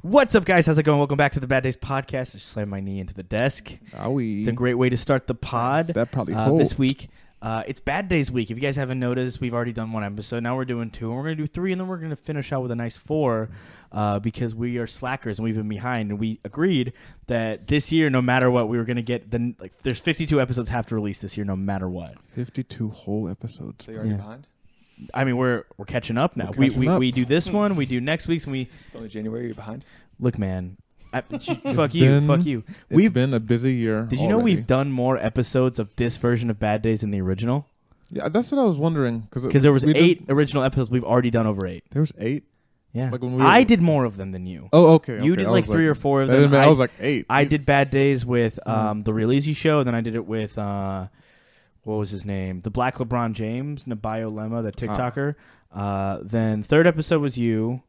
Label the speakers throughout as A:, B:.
A: What's up, guys? How's it going? Welcome back to the Bad Days Podcast. I just slammed my knee into the desk.
B: Are we?
A: It's a great way to start the pod.
B: That probably
A: uh, this
B: helped.
A: week. Uh, it's Bad Days Week. If you guys haven't noticed, we've already done one episode. Now we're doing two, and we're going to do three, and then we're going to finish out with a nice four uh, because we are slackers and we've been behind. And we agreed that this year, no matter what, we were going to get the like. There's 52 episodes have to release this year, no matter what.
B: 52 whole episodes.
C: So you're already
A: Yeah.
C: behind?
A: I mean, we're we're catching up now.
B: We're catching
A: we we,
B: up.
A: we do this one, we do next week's, and we
C: It's only January, you're behind?
A: look, man. I, fuck
B: It's
A: you,
B: been-
A: fuck you.
B: It's
A: We've-
B: been a busy year.
A: Did you know
B: already.
A: we've done more episodes of this version of Bad Days than the original?
B: Yeah, that's what I was wondering. Because
A: Because there was
B: we did-
A: eight original episodes. We've already done over eight.
B: there was eight.
A: Yeah,
B: Like when we were-
A: I did more of them than you.
B: Oh, okay.
A: you
B: okay,
A: did
B: I
A: like
B: was
A: three or four of
B: that
A: them.
B: didn't matter,
A: I,
B: I was like eight.
A: I
B: Jesus.
A: did Bad Days with
B: Mm.
A: um, the Releasey show, and then I did it with uh, what was his name, the Black LeBron James, Nabio Lemma, the
B: Uh-huh.
A: TikToker. Uh, then third episode was you.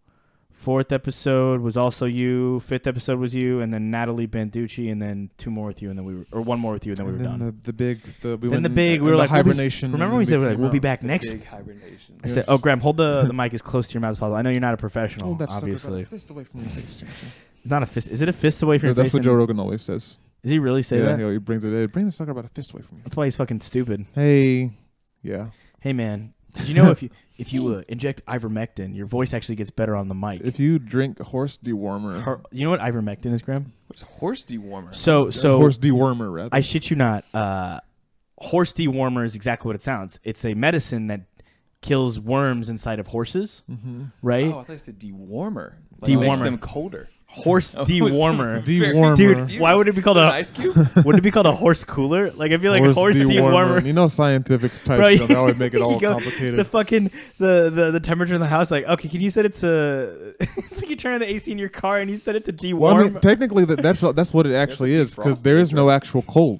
A: Fourth episode was also you. Fifth episode was you, and then Natalie Banducci, and then two more with you, and then we were, or one more with you, and then
B: And
A: we were done.
B: The, the big, the,
A: Then
B: we went
A: the big,
B: in-
A: we were
B: the
A: like, we'll be-
B: hibernation.
A: Remember
B: and
A: we
B: then
A: said like,
B: came
A: we'll be
B: out.
A: back
C: Oh, The
A: next.
C: Big hibernation.
A: I
B: Yes.
A: said, "Oh, Graham, hold the, the mic as close to your mouth as possible. I know you're not a professional,
B: Oh, that's
A: obviously.
B: Fist away from your face, Jameson.
A: Not a fist. Is it a fist away from
B: No,
A: your
B: that's
A: face?
B: what
A: And-
B: Joe Rogan always says.
A: Is he really say
B: yeah,
A: that?
B: he- he brings it in. Bring the sucker about a fist away from you.
A: That's why he's fucking stupid.
B: Hey, yeah.
A: Hey, man, did you know if you if you uh, inject ivermectin, your voice actually gets better on the mic?
B: If you drink horse dewormer,
A: Her- you know what ivermectin is, Graham?
C: What's horse dewormer?
A: So so
B: horse dewormer, rather.
A: Oh. I shit you not. Uh, horse dewormer is exactly what it sounds. It's a medicine that kills worms inside of horses,
B: mm-hmm.
A: right?
C: Oh, I thought you said dewormer. Like it Makes
A: Dewormer.
C: them colder.
A: Horse
C: Oh,
A: dewormer.
C: it's very
B: Dewormer.
A: Dude,
C: confused.
A: why would it be called
C: Is that
A: a
C: an ice cube?
A: would it be called a horse cooler? Like I feel like horse
B: dewormer.
A: dewormer.
B: You know, scientific type
A: Bro,
B: stuff. They always make it
A: you
B: all
A: go-
B: complicated.
A: the fucking the, the the temperature in the house. Like, okay, can you set it to? it's like you turn on the AC in your car and you set it to dewarm.
B: well, I mean, technically, that, that's that's what it actually
C: what
B: is because there
C: defrost
B: is
C: is,
B: no actual cold.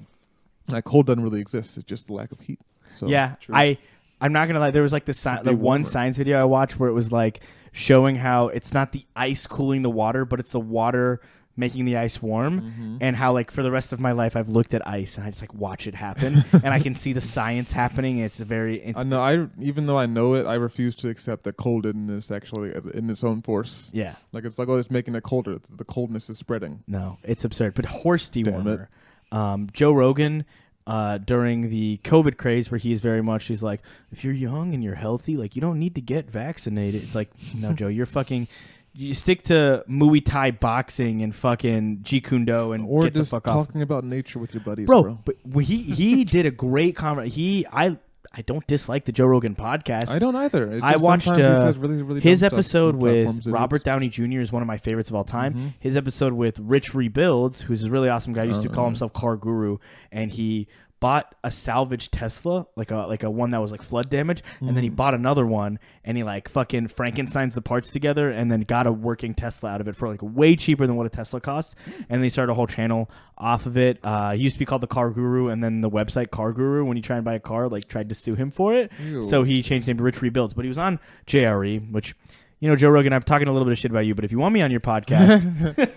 B: Like cold doesn't really exist. It's just the lack of heat. So
A: yeah,
C: True.
A: I I'm not gonna lie. There was like the sci-
B: a
A: the one
B: dewarmer.
A: science video I watched where it was like showing how it's not the ice cooling the water, but it's the water making the ice warm
B: Mm-hmm.
A: and how like for the rest of my life I've looked at ice and I just like watch it happen and I can see the science happening. It's a very it's,
B: I know. I even though I know it, I refuse to accept that cold isn't is actually in its own force.
A: yeah.
B: Like it's like oh, it's making it colder. It's- The coldness is spreading.
A: No, it's absurd. But horse
B: Damn
A: dewormer. Um, Joe Rogan, uh, during the COVID craze, where he is very much, he's like, if you're young and you're healthy, like you don't need to get vaccinated. It's like, no, Joe, you're fucking. You stick to Muay Thai boxing and fucking Jeet Kune Do and
B: Or
A: get the
B: just
A: fuck off,
B: talking about nature with your buddies,
A: bro.
B: bro.
A: But when he he did a great conversation. He I I don't dislike the Joe Rogan podcast.
B: I don't either. It's
A: I
B: just
A: watched,
B: sometimes
A: uh,
B: he says really, really
A: His
B: dumb stuff
A: episode
B: on
A: with
B: platforms that
A: Robert
B: it's-
A: Downey Jr. is one of my favorites of all time.
B: Mhm.
A: His episode with Rich Rebuilds, who's a really awesome guy, used to
B: Oh,
A: call
B: yeah.
A: himself Car Guru, and he bought a salvaged Tesla, like a like a one that was like flood damage, and
B: Mm.
A: then he bought another one, and he like fucking Frankenstein's the parts together, and then got a working Tesla out of it for like way cheaper than what a Tesla costs, and they started a whole channel off of it. Uh, he used to be called the Car Guru, and then the website Car Guru, when you try and buy a car, like tried to sue him for it,
B: Ew.
A: so he changed name to Rich Rebuilds, but he was on JRE, which you know, Joe Rogan, I'm talking a little bit of shit about you, but if you want me on your podcast,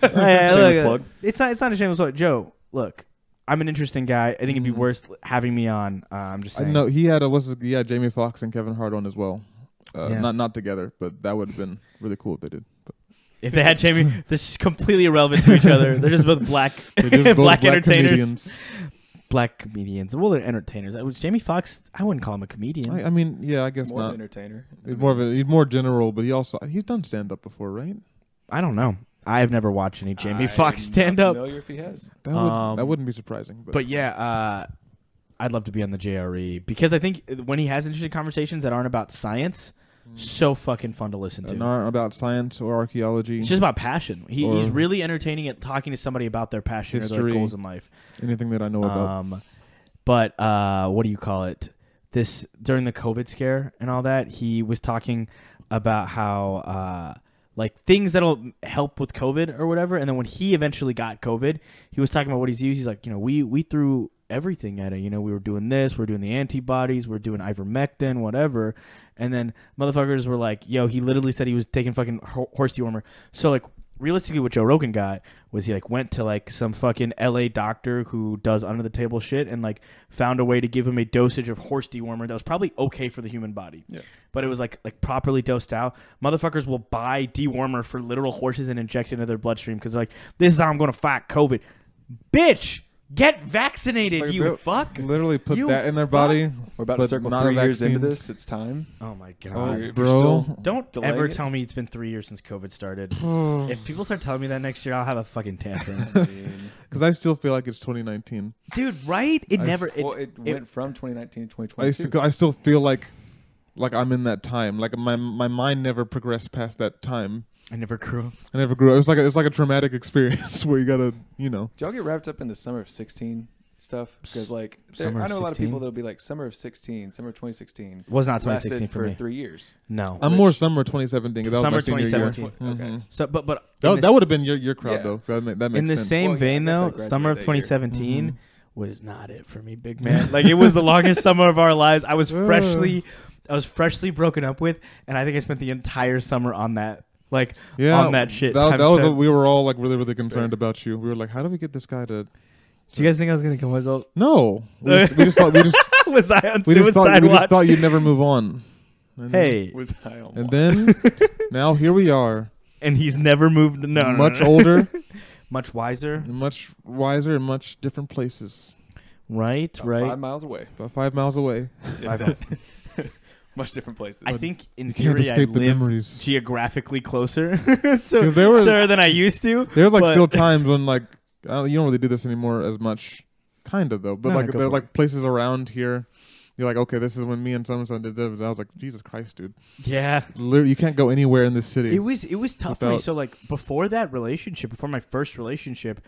A: hey,
C: Shameless
A: look,
C: plug.
A: It's not, it's not a shameless plug. Joe, look, I'm an interesting guy. I think it'd be
B: Mhm.
A: worse having me on. Uh, I'm just
B: I
A: saying.
B: know he had a was it- yeah Jamie Foxx and Kevin Hart on as well. Uh,
A: Yeah.
B: Not not together, but that would have been really cool if they did.
A: If they had Jamie, this is completely irrelevant to each other. They're just both black,
B: They just
A: black,
B: both
A: entertainers,
B: comedians.
A: black comedians. Well, they're entertainers. I was Jamie Fox. I wouldn't call him a comedian.
B: I, I mean, yeah, I guess
C: It's more of
B: not.
C: an entertainer.
B: He's more of a, he's more general, but he also he's done stand up before, right?
A: I don't know. I have never watched any Jamie
C: I'm
A: Fox
C: not
A: stand up.
C: familiar if he has.
B: That, would,
A: Um,
B: that wouldn't be surprising. But,
A: But yeah, uh, I'd love to be on the JRE because I think when he has interesting conversations that aren't about science,
B: Mm.
A: so fucking fun to listen to.
B: an art uh, about science or archaeology,
A: it's just about passion. He, he's
B: Or-
A: really entertaining at talking to somebody about their passion or their
B: History.
A: goals in life.
B: anything that I know about.
A: Um, but uh, what do you call it? This during the COVID scare and all that, he was talking about how uh, like things that'll help with COVID or whatever. And then when he eventually got COVID, he was talking about what he's used. He's like, you know, we we threw everything at it. You know, we were doing this, we are doing the antibodies, we are doing ivermectin, whatever. And then motherfuckers were like, yo, he literally said he was taking fucking ho- horse dewormer. So like realistically what Joe Rogan got was he like went to like some fucking LA doctor who does under the table shit and like found a way to give him a dosage of horse dewormer that was probably okay for the human body.
C: Yeah.
A: But it was like like properly dosed out. Motherfuckers will buy dewormer for literal horses and inject it into their bloodstream because like this is how I'm gonna fight COVID. Bitch, get vaccinated,
B: Like,
A: you
B: bro,
A: fuck.
B: Literally put
A: You
B: that in their body.
C: We're about
B: but
C: to circle
B: not a
C: three years into
B: vaccine.
C: this. It's time.
A: Oh my
B: Oh,
A: god.
C: You're- you're
B: bro.
C: still-
A: Don't
C: Delaying
A: ever
C: it?
A: tell me it's been three years since COVID started.
B: Oh.
A: if people start telling me that next year, I'll have a fucking tantrum.
C: I mean,
B: Because I still feel like it's 2019.
A: Dude, right? It
B: I
A: never.
B: s-
A: It,
C: well, it, went from 2019 to
B: I, used
C: 2022.
B: to go, I still feel like like I'm in that time. Like my my mind never progressed past that time.
A: I never grew up.
B: I never grew. It's like a, it's like a traumatic experience where you gotta you know.
C: Do y'all get wrapped up in the summer of 16 stuff? Because like, there,
A: Summer
C: I
A: of
C: know a lot of
A: 16?
C: people that'll be like summer of 16, summer of 2016.
A: Was not
C: Lasted
A: 2016 for me.
C: three years.
A: No.
B: I'm more summer 2017. 'cause That
A: Summer
B: was my senior
A: 2017.
B: Year.
C: Okay.
B: Mhm.
A: so, but but in
B: That,
A: the-
B: that would have been your your crowd
C: Yeah.
B: though. That, ma- that makes
A: in the
B: sense.
A: same
C: Well, yeah,
A: vein
C: I guess I
A: though.
C: graduated
A: Summer of
C: that year.
A: 2017
B: Mhm.
A: was not it for me, big man. Mm-hmm. like it was the longest summer of our lives. I was
B: Ugh.
A: freshly, I was freshly broken up with, and I think I spent the entire summer on that. Like
B: yeah,
A: on that shit
B: That,
A: times
B: that was
A: ten.
B: what we were all like really really
C: That's
B: concerned
C: fair.
B: about you. We were like, how do we get this guy to?
A: Do you guys think I was gonna kill myself?
B: No, we just, we just thought we just
A: was I on
B: we just thought
A: suicide
B: we just
A: watch?
B: thought you'd never move on. And then-
A: hey,
C: Was I on
B: and
C: one?
B: then now here we are,
A: and he's never moved. No, no, no,
B: much
A: no.
B: older,
A: much wiser.
B: and much wiser, and much different places.
A: Right,
C: About
A: right.
C: Five miles away.
B: About five miles away,
C: Much different places.
A: I think in
B: you can't
A: theory I
B: escape the
A: live
B: memories.
A: geographically closer to,
B: Because there
A: to
B: was
A: her than I used to.
B: There's like
A: But-
B: still times when like I don't, you don't really do this anymore as much, kind of though. But
A: No,
B: like
A: go
B: there's
A: for
B: like places around here. You're like, okay, this is when me and someone so did this. I was like, Jesus Christ, dude!
A: Yeah.
B: Literally, you can't go anywhere in this city.
A: It was it was tough for me.
B: Without-
A: So like before that relationship, before my first relationship,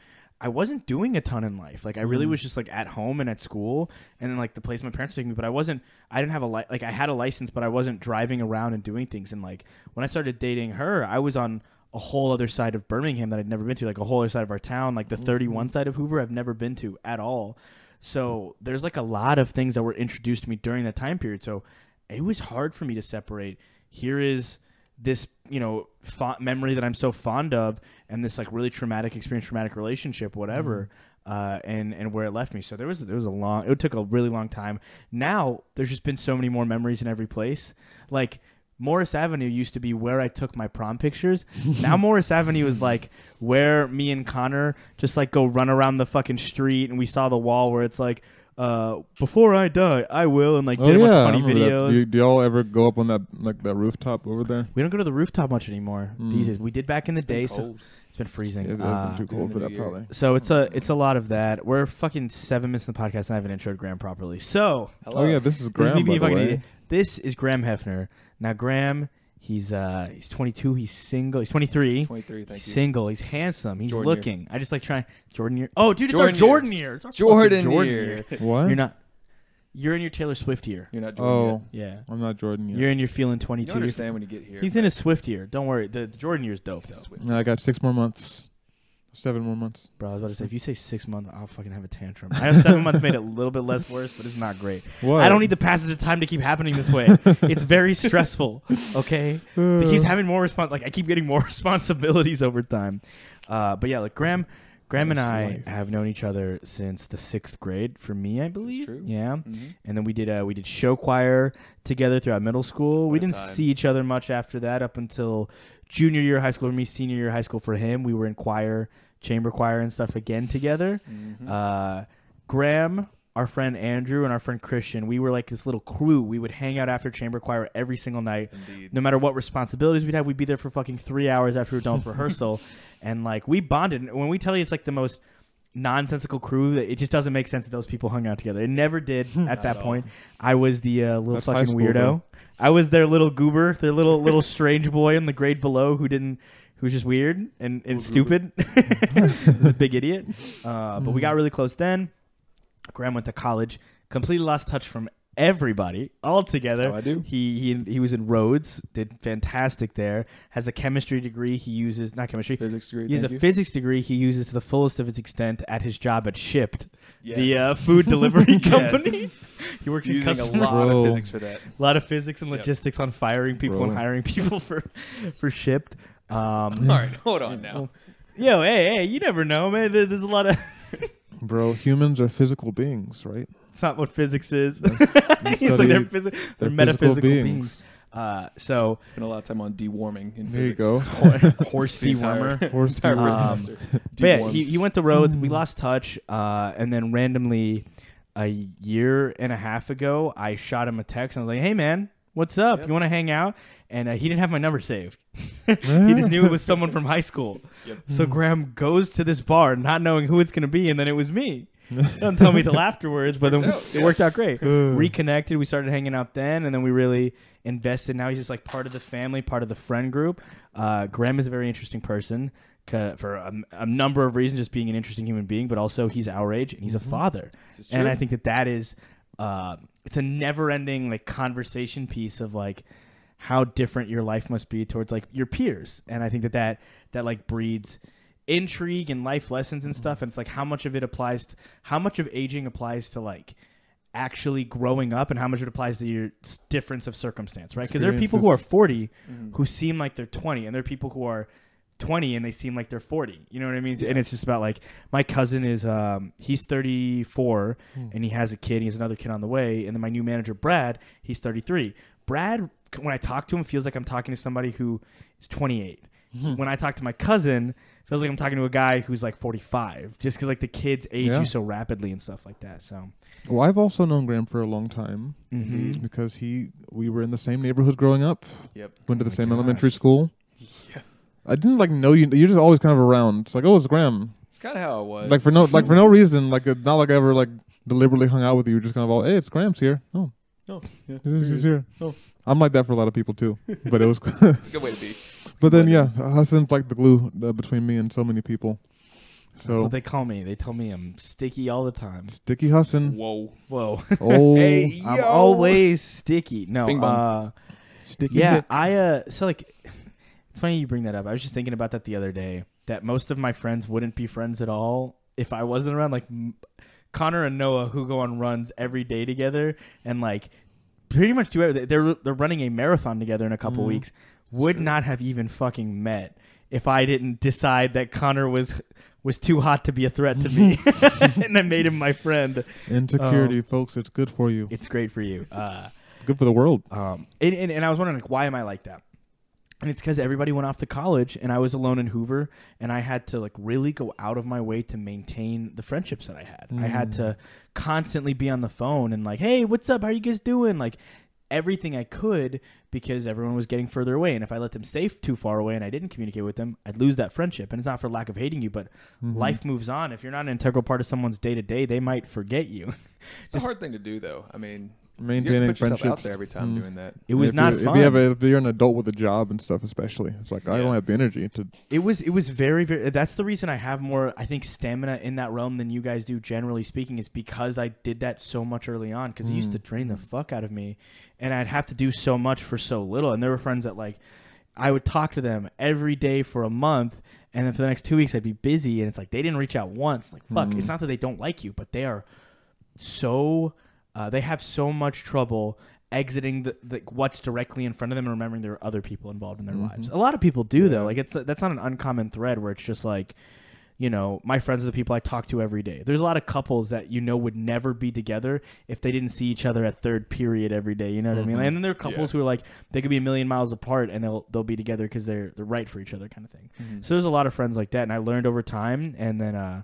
A: I wasn't doing a ton in life. Like I really
B: Mhm.
A: was just like at home and at school, and then like the place my parents took me. But I wasn't. I didn't have a li- like I had a license, but I wasn't driving around and doing things. And like when I started dating her, I was on a whole other side of Birmingham that I'd never been to, like a whole other side of our town, like the
B: Mm-hmm.
A: 31 side of Hoover I've never been to at all. So there's like a lot of things that were introduced to me during that time period. So it was hard for me to separate. Here is this, you know, fo- memory that I'm so fond of, and this like really traumatic experience, traumatic relationship, whatever,
B: Mm-hmm.
A: uh, and and where it left me. So there was there was a long. It took a really long time. Now there's just been so many more memories in every place. Like Morris Avenue used to be where I took my prom pictures. now Morris Avenue is like where me and Connor just like go run around the fucking street, and we saw the wall where it's like. Uh, before I die, I will, and like
B: oh
A: did a
B: yeah, I
A: bunch of funny
B: remember that.
A: videos.
B: Do, you- do y'all ever go up on that like that rooftop over there?
A: We don't go to the rooftop much anymore
B: Mm.
A: these days. We did back in the
C: It's been
A: day, so
C: cold.
A: it's been freezing.
B: Yeah, it's
A: Uh,
B: been too cold for that, probably.
A: so it's a it's a lot of that. We're fucking seven minutes in the podcast, and I haven't introed Graham properly. So
C: Hello.
B: Oh yeah, this is
A: this is me
B: Graham.
A: being
B: by the
A: fucking
B: way.
A: idiot. This is Graham Hefner. Now Graham, he's uh he's 22. He's single. He's 23.
C: 23. Thank
A: He's
C: you.
A: single. He's handsome. He's
C: Jordan year.
A: looking. I just like trying Jordan year. Oh, dude, it's
C: Jordan
A: our
C: year.
A: Jordan year. It's our fucking
C: Jordan,
A: Jordan
C: year.
B: What?
A: You're not. You're in your Taylor Swift year.
C: You're not Jordan
B: Oh,
C: yet.
A: Yeah.
B: I'm not Jordan yet.
A: You're in your feeling
C: You
A: 22.
C: don't understand when you get here.
A: He's in his Swift year. Don't worry. The, the Jordan year's dope. though.
B: No, I got six more months, seven more months.
A: Bro, I was about to say, if you say six months, I'll fucking have a tantrum. I have seven months made it a little bit less worse, but it's not great.
B: What?
A: I don't need the passage of time to keep happening this way. it's very stressful, okay? It keeps having more respons Like, I keep getting more responsibilities over time. Uh, but yeah, like, Graham. Graham and
B: Nice
A: I
B: life.
A: have known each other since the sixth grade. For me, I believe,
C: true?
A: yeah.
C: hmm
A: And then we did uh, we did show choir together throughout middle school. we
C: What a
A: didn't
C: time.
A: see each other much after that up until junior year of high school for me, senior year of high school for him. We were in choir, chamber choir, and stuff again together.
C: mm-hmm.
A: Uh, Graham, our friend Andrew, and our friend Christian, we were like this little crew. We would hang out after chamber choir every single night
C: Indeed.
A: no matter what responsibilities we'd have, we'd be there for fucking three hours after we were done with rehearsal, and like we bonded. And When we tell you it's like the most nonsensical crew, that it just doesn't make sense that those people hung out together. It never did at
C: Not
A: that
C: at
A: point. I was the uh, little
B: That's high
A: fucking
B: school,
A: weirdo.
B: though.
A: I was their little goober, their little little strange boy in the grade below who didn't. who was just weird and, and
C: Little Mm-hmm.
A: stupid, Was a big idiot. Uh, but we got really close then. Graham went to college, completely lost touch from everybody altogether.
C: That's how I do.
A: He he he was in Rhodes, did fantastic there. Has a chemistry degree. He uses not chemistry.
C: Physics degree.
A: He has a
C: thank you.
A: physics degree. He uses to the fullest of its extent at his job at Shipped,
C: Yes.
A: the uh, food delivery
C: Yes.
A: company. He works in
C: Using a
A: customer.
C: lot
B: Bro.
C: of physics for that.
A: a lot of physics and
C: Yep.
A: logistics on firing people and
B: Bro.
A: hiring people for for Shipped. Um,
D: All right, hold on now.
A: yo, hey, hey, you never know, man. There- There's a lot of.
B: Bro, humans are physical beings, right?
A: It's not what physics is.
B: We
A: It's like they're,
B: study-
A: physi-
B: they're
A: they're metaphysical beings. Uh, so
C: Spent a lot of time on deworming. In
B: There you
C: physics.
B: go.
A: horse
C: The entire-
A: dewormer.
B: Horse
C: entire first
A: Um,
C: semester.
A: But yeah,
C: Dewormed.
A: he, he went to Rhodes.
C: Mm.
A: We lost touch, uh, and then randomly, a year and a half ago, I shot him a text. And I was like, "Hey, man, what's up?
C: Yep.
A: You want to hang out?" And uh, he didn't have my number saved. he just knew it was someone from high school.
C: Yep.
A: So Graham goes to this bar, not knowing who it's going to be, and then it was me. Don't tell me till afterwards, but then it worked out Uh. great. Reconnected, we started hanging out then, and then we really invested. Now he's just like part of the family, part of the friend group. Uh, Graham is a very interesting person ca- for a, a number of reasons, just being an interesting human being, but also he's our age and he's a father,
C: This is
A: and
C: true.
A: I think that that is uh, it's a never-ending like conversation piece of like how different your life must be towards like your peers, and I think that that that like breeds intrigue and life lessons and stuff and it's like how much of it applies to how much of aging applies to like actually growing up and how much it applies to your s- difference of circumstance right because there are people who are 40
C: Mhm.
A: who seem like they're 20 and there are people who are 20 and they seem like they're 40 you know what i mean and it's just about like my cousin is um he's 34
B: Hmm.
A: and he has a kid he has another kid on the way and then my new manager brad he's 33 brad c- when i talk to him feels like i'm talking to somebody who is 28
B: Hmm.
A: when i talk to my cousin feels like i'm talking to a guy who's like 45 just because like the kids age
B: Yeah.
A: you so rapidly and stuff like that so
B: Well, I've also known Graham for a long time
A: Mhm.
B: because he we were in the same neighborhood growing up.
C: Yep.
B: Went to the
A: Oh my
B: same
A: gosh.
B: elementary school.
C: Yeah.
B: I didn't like know you. You're just always kind of around. It's like, oh, it's Graham.
C: It's kind of how it was.
B: Like for no, like for no reason. Like uh, not like I ever like deliberately hung out with you. You're Just kind of all, hey, it's Graham's here. Oh,
C: Oh, yeah.
B: it is, he's here.
C: Oh.
B: I'm like that for a lot of people too. But it was,
D: It's a good way to be.
B: but then yeah, Hassan's like the glue uh, between me and so many people.
A: That's
B: So
A: what they call me. They tell me I'm sticky all the time.
B: Sticky Hassan.
D: Whoa.
A: Whoa.
B: Oh,
D: Hey,
A: I'm
D: yo.
A: always sticky. No.
C: Bing bong.
A: Uh,
B: Sticky.
A: yeah,
B: Nick.
A: I uh so like it's funny you bring that up. I was just thinking about that the other day that most of my friends wouldn't be friends at all if I wasn't around like m- Connor and Noah who go on runs every day together and like pretty much do everything. They're they're running a marathon together in a couple
B: Mhm.
A: weeks. Would
D: true.
A: not have even fucking met if I didn't decide that Connor was was too hot to be a threat to me and I made him my friend.
B: Insecurity,
A: Um,
B: folks. It's good for you.
A: It's great for you. Uh
B: Good for the world.
A: um, and, and, and I was wondering like, why am I like that? And it's because everybody went off to college, and I was alone in Hoover, and I had to like really go out of my way to maintain the friendships that I had. I had
B: Mm.
A: to constantly be on the phone and like, hey, what's up? How you guys doing? Like everything I could because everyone was getting further away, and if I let them stay f- too far away and I didn't communicate with them, I'd lose that friendship. And it's not for lack of hating you, but
B: Mhm.
A: life moves on. If you're not an integral part of someone's day to day, they might forget you.
C: It's a hard thing to do, though. I mean,
B: maintaining
C: you have to put
B: friendships
C: yourself out there every time
B: Mm.
C: doing that.
A: It was
B: if
A: not
B: you're,
A: fun.
B: If you have a, if you're an adult with a job and stuff, especially, it's like I
D: Yeah.
B: don't have the energy to.
A: It was it was very very. That's the reason I have more I think stamina in that realm than you guys do generally speaking is because I did that so much early on because it used
B: Mm.
A: to drain the fuck out of me, and I'd have to do so much for so little. And there were friends that like I would talk to them every day for a month, and then for the next two weeks I'd be busy, and it's like they didn't reach out once. Like fuck,
B: Mm.
A: it's not that they don't like you, but they are so uh, they have so much trouble exiting the, the what's directly in front of them and remembering there are other people involved in their
B: Mhm.
A: lives. A lot of people do
B: Yeah.
A: though. Like it's that's not an uncommon thread where it's just like, you know, my friends are the people I talk to every day. There's a lot of couples that you know would never be together if they didn't see each other at third period every day. You know what I mean?
B: Mhm.
A: And then there are couples who are like they could be a million miles apart and they'll they'll be together because they're they're right for each other kind of thing. So there's a lot of friends like that, and I learned over time. And then uh,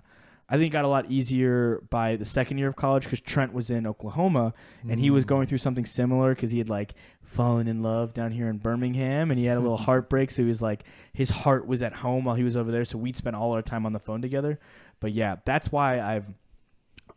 A: I think it got a lot easier by the second year of college because Trent was in Oklahoma and he was going through something similar because he had like fallen in love down here in Birmingham and he had a little heartbreak. So he was like, his heart was at home while he was over there. So we'd spend all our time on the phone together. But yeah, that's why I've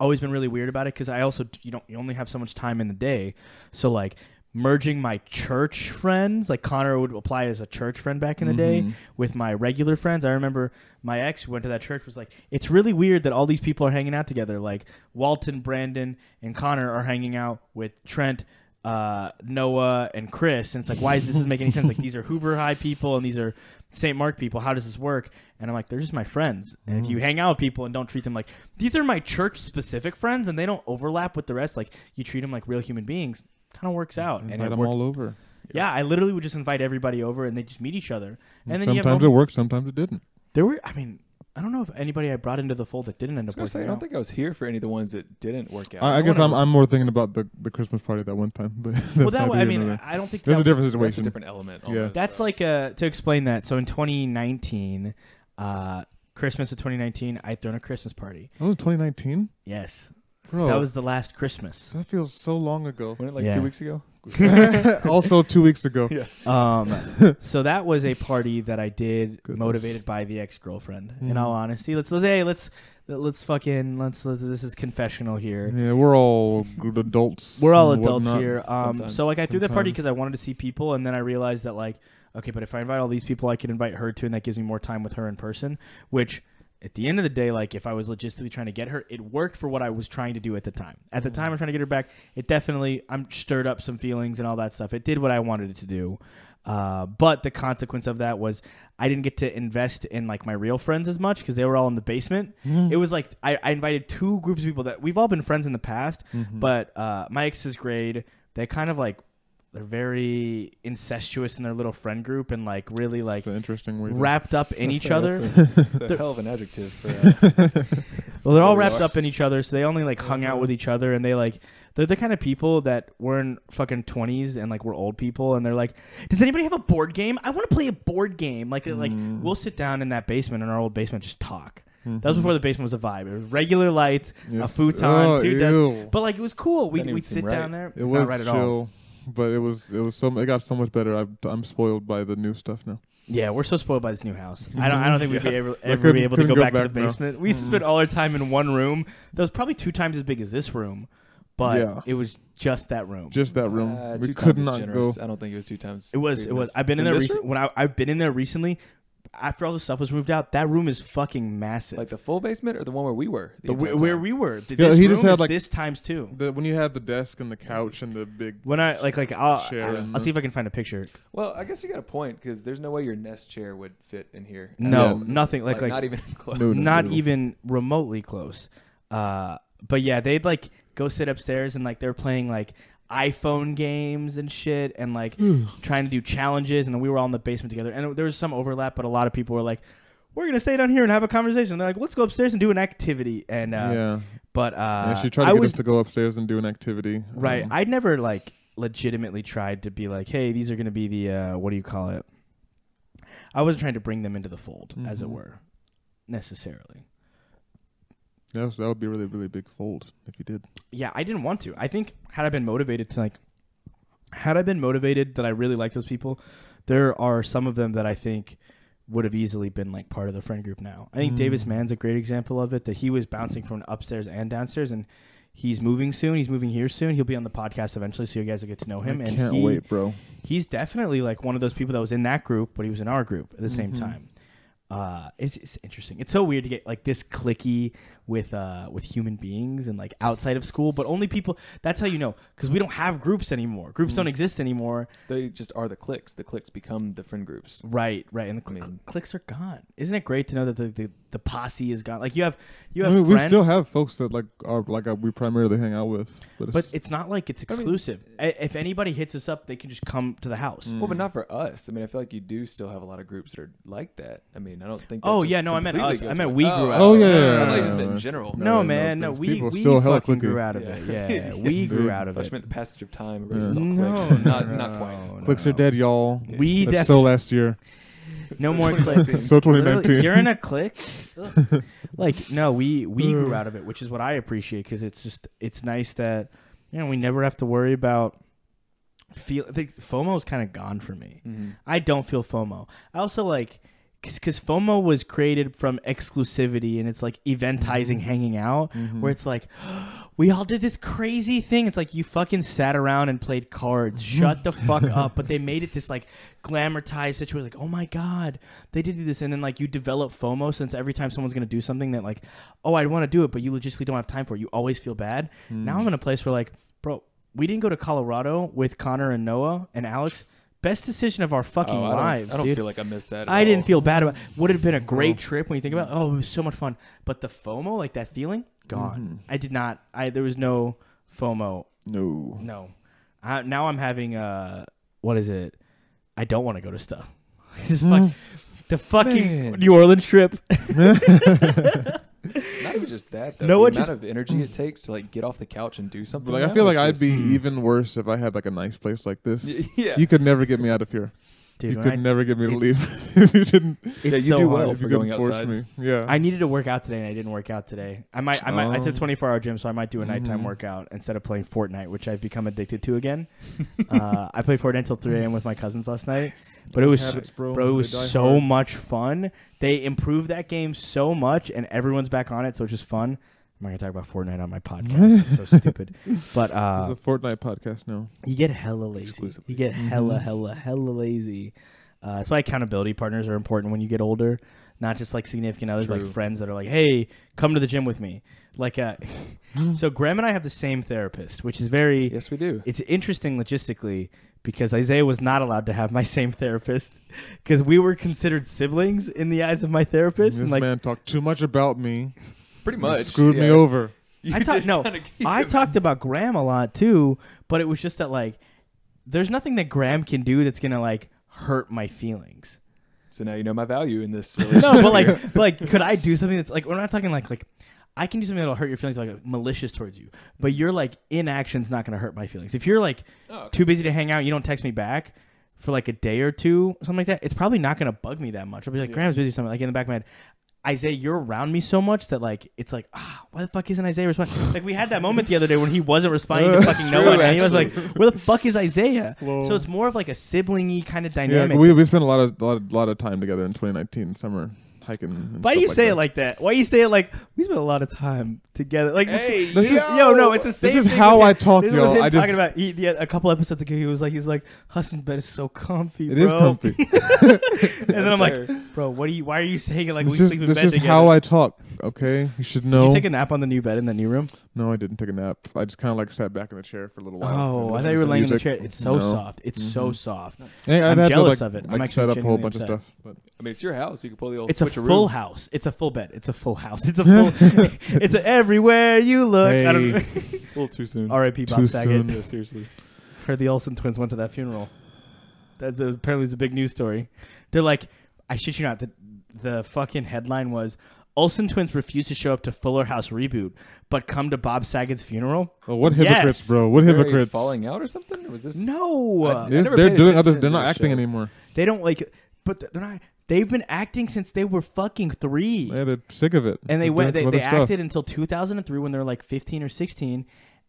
A: always been really weird about it because I also you don't you only have so much time in the day, so like merging my church friends like Connor would apply as a church friend back in the day
B: Mhm.
A: with my regular friends. I remember my ex who went to that church was like, it's really weird that all these people are hanging out together. Like Walton, Brandon, and Connor are hanging out with Trent. Uh, Noah and Chris, and it's like, why does this doesn't make any sense? Like, these are Hoover High people, and these are St. Mark people. How does this work? And I'm like, they're just my friends. And if you hang out with people and don't treat them like these are my church specific friends Oh, and they don't overlap with the rest, like you treat them like real human beings, kind of works out.
B: Invite
A: And it
B: them
A: worked.
B: all over.
A: Yeah, I literally would just invite everybody over and they just meet each other. And then you have
B: sometimes it
A: moments-
B: worked, sometimes it didn't.
A: there were I mean, I don't know if anybody I brought into the fold that didn't end
C: I was
A: up
C: gonna
A: working
C: say I don't
A: out.
C: think I was here for any of the ones that didn't work out.
B: I, I guess
A: wanna-
B: I'm, I'm more thinking about the, the Christmas party that one time. But that's
A: well, that
B: neither
A: way, I
B: here
A: mean,
B: nor there.
A: I don't think
B: That's
A: that
B: a different
C: that's a
B: situation.
C: different element.
B: Yeah.
C: Almost,
A: That's
C: though.
A: like a to explain that. So in 2019, uh, Christmas of 2019, I thrown a Christmas party.
B: That was 2019,
A: Yes,
C: Oh.
B: bro.
A: that was the last Christmas.
B: that feels so long ago.
C: wasn't it like
A: Yeah.
C: two weeks ago?
B: also, two weeks ago.
C: Yeah.
A: Um, so that was a party that I did
B: Goodness.
A: motivated by the ex girlfriend. In
C: Mm-hmm.
B: Mhm.
A: all honesty, let's let's hey let's let's fucking let's, let's this is confessional here.
B: Yeah, we're all good adults.
A: We're all
B: and
A: adults
B: whatnot.
A: here. Um,
C: sometimes.
A: so like I threw that party because
B: Sometimes.
A: I wanted to see people, and then I realized that like, okay, but if I invite all these people, I could invite her too, and that gives me more time with her in person. Which, at the end of the day, like if I was logistically trying to get her, it worked for what I was trying to do at the time. At the time, I'm trying to get her back. It definitely I'm stirred up some feelings and all that stuff. It did what I wanted it to do. Uh, but the consequence of that was I didn't get to invest in like my real friends as much because they were all in the basement.
B: Mm. Mm-hmm.
A: It was like I, I invited two groups of people that we've all been friends in the past,
B: Mm-hmm.
A: but uh, my ex's grade, they kind of like they're very incestuous in their little friend group and like really like
B: It's an interesting way. to-
A: wrapped up in
C: That's
A: each
C: a-
A: other.
C: That's a, that's a hell of an adjective. For, uh,
A: Well, they're all
C: There we
A: wrapped
C: are.
A: up in each other, so they only like hung
C: Mm-hmm.
A: out with each other, and they like they're the kind of people that were in fucking twenties and like we're old people, and they're like, "Does anybody have a board game? I want to play a board game." Like like
C: Mm.
A: we'll sit down in that basement in our old basement, just talk. That was before
C: Mm-hmm.
A: the uh, basement was a vibe. It was regular lights, a
B: Mm-hmm. Yes.
A: futon,
B: Oh,
A: two desks,
B: ew.
A: but like it was cool. We
C: Didn't even
A: we'd
C: seem
A: sit down there.
B: It
A: not
B: was
A: right at all.
B: chill, but it was it was so it got so much better. I've, I'm spoiled by the new stuff now.
A: Yeah, we're so spoiled by this new house. I don't. I don't think we'd be able, ever
B: couldn't-
A: be able to go,
B: couldn't go
A: back, to
B: back
A: the
B: now.
A: basement. We spent all our time in one room that was probably two times as big as this room, but
B: Yeah.
A: it was just that room.
B: Just that room,
C: uh, two
B: we
C: times
B: could
C: is
B: not
C: generous.
B: go.
C: I don't think it was two times.
A: It was. It was. I've been in, there
C: this
A: recent
C: room?
A: when I, I've been in there recently. After all the stuff was moved out, that room is fucking massive.
C: Like the full basement or the one where we were?
A: the,
C: entire
A: wh- where
C: time?
A: we were. th-
B: Yeah,
A: this
B: he
A: room
B: just had,
A: is
B: like-
A: this times two.
B: The, when you had the desk and the couch and the big
A: When I like like I'll
B: chair,
A: I'll see if I can find a picture.
C: Well, I guess you got a point because there's no way your nest chair would fit in here.
A: No,
B: Yeah.
A: nothing like like,
C: not even close.
B: No,
A: not
B: Ooh.
A: even remotely close. Uh, but yeah, they'd like go sit upstairs and like they're playing like iPhone games and shit and like trying to do challenges. And we were all in the basement together. And there was some overlap, but a lot of people were like, "We're gonna stay down here and have a conversation." And they're like, "Let's go upstairs and do an activity." And uh,
B: yeah.
A: but uh,
B: yeah, she tried to
A: I
B: get
A: was
B: us to go upstairs and do an activity.
A: right.
B: Um,
A: I never like legitimately tried to be like, "Hey, these are gonna be the uh, what do you call it?" I wasn't trying to bring them into the fold, as it
B: Mhm.
A: were, necessarily.
B: that, was- that would be a really really big fold if you did.
A: yeah, I didn't want to. I think had I been motivated to like, had I been motivated that I really like those people, there are some of them that I think would have easily been like part of the friend group now. I think
B: Mm.
A: Davis Mann's a great example of it that he was bouncing from upstairs and downstairs and he's moving soon. He's moving here soon. He'll be on the podcast eventually so you guys will get to know Oh, him
B: I
A: and
B: can't
A: he,
B: wait, bro.
A: he's definitely like one of those people that was in that group, but he was in our group at the same
B: Mhm.
A: time. Uh, it's, it's interesting. It's so weird to get like this clicky with uh with human beings and like outside of school, but only people. That's how you know because we don't have groups anymore. Groups don't exist anymore.
C: They just are the clicks. The clicks become the friend groups.
A: Right, right. And the cl-
C: I mean-
A: clicks are gone. Isn't it great to know that the, the, the posse is gone? Like you have you
B: I
A: have
B: mean, we
A: friends,
B: still have folks that like are like uh, we primarily hang out with, but,
A: but
B: it's,
A: it's not like it's
C: I mean-
A: exclusive. I- if anybody hits us up, they can just come to the house.
C: Well,
B: Mm.
C: but not for us. I mean, I feel like you do still have a lot of groups that are like that. I mean, I don't think. That
A: Oh,
C: just
A: yeah, no, I meant
C: completely
A: us. I
C: goes
A: meant
C: away.
A: we grew up.
B: Oh, yeah,
C: no, no,
B: yeah,
C: no, I
B: yeah,
C: thought you just
B: yeah,
C: meant
B: yeah.
C: in general.
A: No,
B: No,
A: man,
B: no,
A: no.
B: these
A: We
B: people
A: we
B: still hella
A: fucking
B: clicky.
A: grew out of it.
C: Yeah.
A: Yeah, we grew out of
C: I just
A: it.
C: meant the passage of time erases all
A: No,
C: clicks. not,
A: no,
C: not quite.
A: no.
B: clicks are dead, y'all.
A: We
B: That's
A: def-
B: so last year.
A: no more clicks.
B: So
A: Literally,
B: 2019.
A: You're in a click. Ugh. like no, we we grew out of it, which is what I appreciate because it's just it's nice that you know we never have to worry about feel. I think FOMO is kind of gone for me.
C: Mhm.
A: I don't feel FOMO. I also like because FOMO was created from exclusivity and it's like eventizing hanging out
B: Mm-hmm.
A: where it's like we all did this crazy thing. It's like you fucking sat around and played cards.
C: Mm-hmm.
A: Shut the fuck up. But they made it this like glamorized situation. Like oh my god, they did do this, and then like you develop FOMO since every time someone's gonna do something that like oh I want to do it, but you logistically don't have time for it. You always feel bad.
C: Mm-hmm.
B: Mm-hmm.
A: Now I'm in a place where like bro, we didn't go to Colorado with Connor and Noah and Alex. Best decision of our fucking
C: Oh, I don't,
A: lives,
C: I don't
A: dude.
C: feel like I missed that. at
A: I didn't
C: all. Mm-hmm.
A: feel bad about. Would have been a great trip when you think about. It. Oh, it was so much fun. But the FOMO, like that feeling, gone.
B: Mm-hmm.
A: I did not. I there was no FOMO.
B: No.
A: No. I, now I'm having uh what is it? I don't want to go to stuff. Just fuck, the fucking
C: Man.
A: New Orleans trip.
C: Not even just that. Though.
A: No
C: No,
A: one
C: the amount of energy it takes to like get off the couch and do something.
B: But, like I
C: now
B: feel
C: is
B: like I'd
C: just-
B: be
A: Hmm.
B: even worse if I had like a nice place like this.
D: yeah.
B: You could never get me out of here.
A: Dude,
B: you
A: when
B: could
A: I,
B: never get me to leave
A: it's- Oh,
B: if you didn't.
A: it's
C: Yeah, you
A: so
C: do
A: hard.
C: well.
B: if
C: for
B: you
C: going
B: couldn't force
C: outside.
B: me. Yeah.
A: I needed to work out today and I didn't work out today. I might I might I did
B: Oh.
A: 24 hour gym, so I might do a nighttime
C: Mm-hmm.
B: Mhm.
A: workout instead of playing Fortnite, which I've become addicted to again. uh, I played Fortnite until 3 a.m. with my cousins last night, but it was
B: Habits,
A: so-
B: bro.
A: bro, it was
B: They die
A: so
B: hard.
A: much fun. They improved that game so much, and everyone's back on it, so it's just fun. I'm not gonna talk about Fortnite on my podcast. it's so stupid, but
B: It's
A: uh,
B: a Fortnite podcast now.
A: you get hella lazy.
C: Exclusively.
A: You get hella,
B: Mhm.
A: hella, hella lazy. Uh, that's why accountability partners are important when you get older, not just like significant others, but, like
C: True.
A: friends that are like, "Hey, come to the gym with me." Like, uh, so Graham and I have the same therapist, which is very.
C: Yes, we do.
A: It's interesting logistically because Isaiah was not allowed to have my same therapist because we were considered siblings in the eyes of my therapist,
B: This
A: and like
B: man talked too much about me.
D: Pretty
B: and
D: much.
B: screwed me
D: yeah.
B: over.
D: You
A: I talked
D: just
A: no,
D: kinda keep
A: I
D: him-
A: talked about Graham a lot too, but it was just that like, there's nothing that Graham can do that's gonna like hurt my feelings.
C: So now you know my value in this.
A: No,
C: relationship
A: but like,
C: here.
A: but, like, could I do something that's like we're not talking like like. I can do something that'll hurt your feelings, like malicious towards you. But your like inaction's not gonna hurt my feelings. If you're like
D: Oh, okay.
A: too busy to hang out, you don't text me back for like a day or two, something like that. It's probably not gonna bug me that much. I'll be like,
D: Yeah.
A: Graham's busy, something like in the back of my head. Isaiah, you're around me so much that like it's like, ah, why the fuck isn't Isaiah responding? like we had that moment the other day when he wasn't responding to fucking no
D: True,
A: one, and he was like,
D: actually.
A: where the fuck is Isaiah?
B: Whoa.
A: So it's more of like a siblingy kind of
B: Oh. Yeah,
A: dynamic.
B: we, we spent a lot of lot, of- lot of time together in 2019 summer hiking. and
A: why do
B: stuff
A: you say it
B: that.
A: like that? Why you say it like we spent a lot of time together? Like this-
D: Hey,
B: This is-
A: yo, no, it's the same.
B: is
A: thing
B: how
A: with
B: I
A: him-
B: talk,
A: this is with
B: y'all.
A: him
B: I just-
A: talking about he, the, a couple episodes ago, he was like, he's like, Hudson's bed is so comfy.
B: It
A: bro.
B: is comfy.
A: and then I'm
C: fair.
A: like, bro, what do you? Why are you saying it like
B: this
A: we
B: is,
A: sleep in
B: this
A: bed
B: is
A: together?
B: how I talk. Okay, you should
A: Did
B: know.
A: you take a nap on the new bed in the new room?
B: no, I didn't take a nap. I just kind of like sat back in the chair for a little while. Just
A: Oh, I
B: listened
A: thought
B: to
A: you were
B: some
A: laying
B: music.
A: in the chair. It's so
B: No.
A: soft. It's so
B: Mhm.
A: soft.
B: Yeah,
A: I'm
B: I'd have to, like-
A: jealous of it. I'm
B: like
A: actually
B: set up a whole
A: genuinely
B: bunch
A: upset.
B: of stuff. But
C: I mean, it's your house. You can pull the old
A: It's a
C: switcheroo.
A: full house. It's a full bed. It's a full house. It's a full. it's a everywhere you look. I don't.
C: a little too soon.
A: R.I.P. Bob
B: Too
A: Saget.
B: soon.
C: Yeah, seriously.
A: Heard the Olsen twins went to that funeral. That's uh, apparently it's a big news story. They're like, I shit you not. The the fucking headline was Olsen twins refuse to show up to Fuller House reboot, but come to Bob Saget's funeral.
B: oh, what
A: Yes.
B: hypocrites, bro? What
C: Were they
B: hypocrites?
C: falling out or something? Was this
A: No,
C: I-
B: They're,
C: never
B: they're
C: paid
B: doing other.
C: attention
B: They're
C: to
B: not
C: the
B: acting
C: show.
B: anymore.
A: they don't like. But they're not. They've been acting since they were fucking three.
B: Yeah, they're sick of it.
A: and they
B: They're
A: went they,
B: doing
A: they
B: some other
A: acted until 2003 when they were like 15 or 16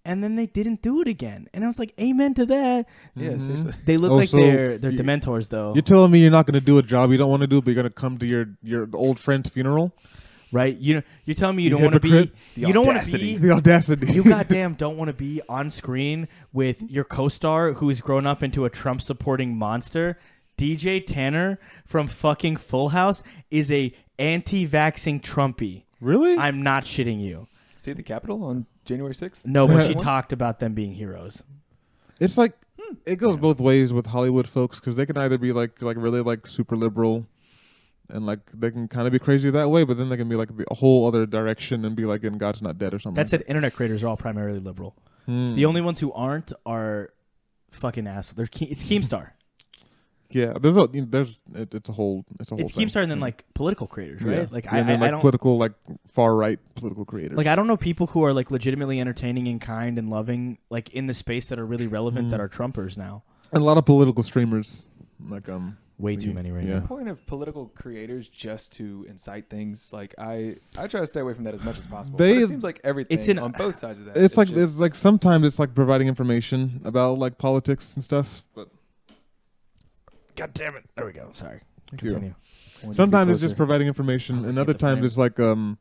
A: and then they didn't do it again and i was like amen to that
C: Yeah,
B: Mhm.
C: seriously.
A: they look
B: Oh,
A: like
B: so
A: they're they're
B: you-
A: dementors though
B: You're telling me you're not going to do a job you don't want to do, but you're going to come to your your old friend's funeral?
A: right you know you're telling me you
B: You
A: don't want to be
B: hypocrite.
A: you don't want to
D: audacity.
A: be
B: The audacity!
A: you goddamn don't want to be on screen with your co-star who has grown up into a trump supporting monster dj tanner from fucking full house is a anti-vaxxing trumpy
B: really?
A: i'm not shitting you
C: See the Capitol on January 6th?
A: no but she
C: One?
A: talked about them being heroes
B: It's like
A: Hmm.
B: it goes both ways with Hollywood folks because they can either be like like really like super liberal, and like they can kind of be crazy that way, but then they can be like the- a whole other direction and be like, "And God's not dead" or something.
A: That
B: like
A: said, internet creators are all primarily liberal.
B: that. Hmm.
A: The only ones who aren't are fucking assholes. They're Ke- it's Keemstar.
B: yeah, there's a you know, there's it, it's a whole it's a whole
A: it's
B: thing.
A: Keemstar, and then
B: Yeah.
A: like political creators,
B: Yeah.
A: right? Like I,
B: and then,
A: I,
B: like
A: I don't
B: political like far right political creators.
A: like I don't know people who are like legitimately entertaining and kind and loving like in the space that are really relevant
B: Mm.
A: that are Trumpers now.
B: and a lot of political streamers like um
A: Way too
B: Yeah.
A: many right
B: Yeah.
A: now.
C: Point of political creators just to incite things. Like I, I try to stay away from that as much as possible.
B: They-
C: but it seems like everything
A: It's an-
C: on both sides of that.
B: it's
C: is
B: like
C: just-
B: it's like sometimes it's like providing information about like politics and stuff, but
A: God damn it! There we go. Sorry.
B: Thank you.
A: Continue.
C: Wanted to be
B: Sometimes it's just
C: closer.
B: providing
A: I
B: information,
A: was
B: and
A: looking at
B: other
A: the
B: times
A: frame.
B: it's like um,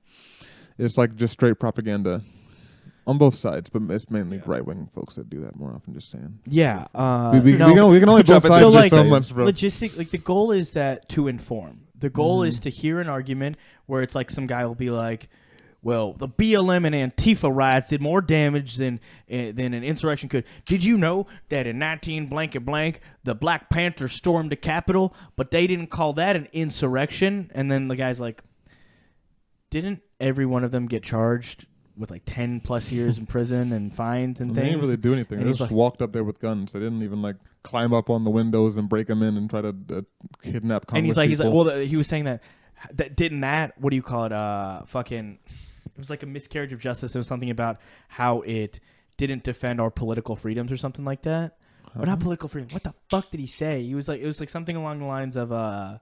B: it's like just straight propaganda, on both sides. But it's mainly
C: Yeah.
B: right wing folks that do that more often. Just saying,
A: Yeah. Uh,
B: we, we,
A: no.
B: we, can, we can only
A: Good job,
B: both
A: but
B: sides
A: so, like,
B: just so much, bro.
A: logistic like the goal is that to inform the goal is
B: Mhm.
A: to hear an argument where it's like some guy will be like well the blm and antifa riots did more damage than eh, than an insurrection could did you know that in 19 blank and blank the black panthers stormed the capitol but they didn't call that an insurrection and then the guy's like didn't every one of them get charged with like 10 plus years in prison and fines and
B: they
A: things
B: didn't really do anything.
A: And
B: They
A: he's
B: just
A: like-
B: walked up there with guns. They didn't even like climb up on the windows and break them in and try to uh, kidnap. Congress
A: and he's like, he's like,
B: people.
A: well, th- he was saying that that didn't that. What do you call it? Uh, fucking. It was like a miscarriage of justice. It was something about how it didn't defend our political freedoms or something like that. Or
B: Uh-huh.
A: not political freedom. What the fuck did he say? He was like, it was like something along the lines of, uh,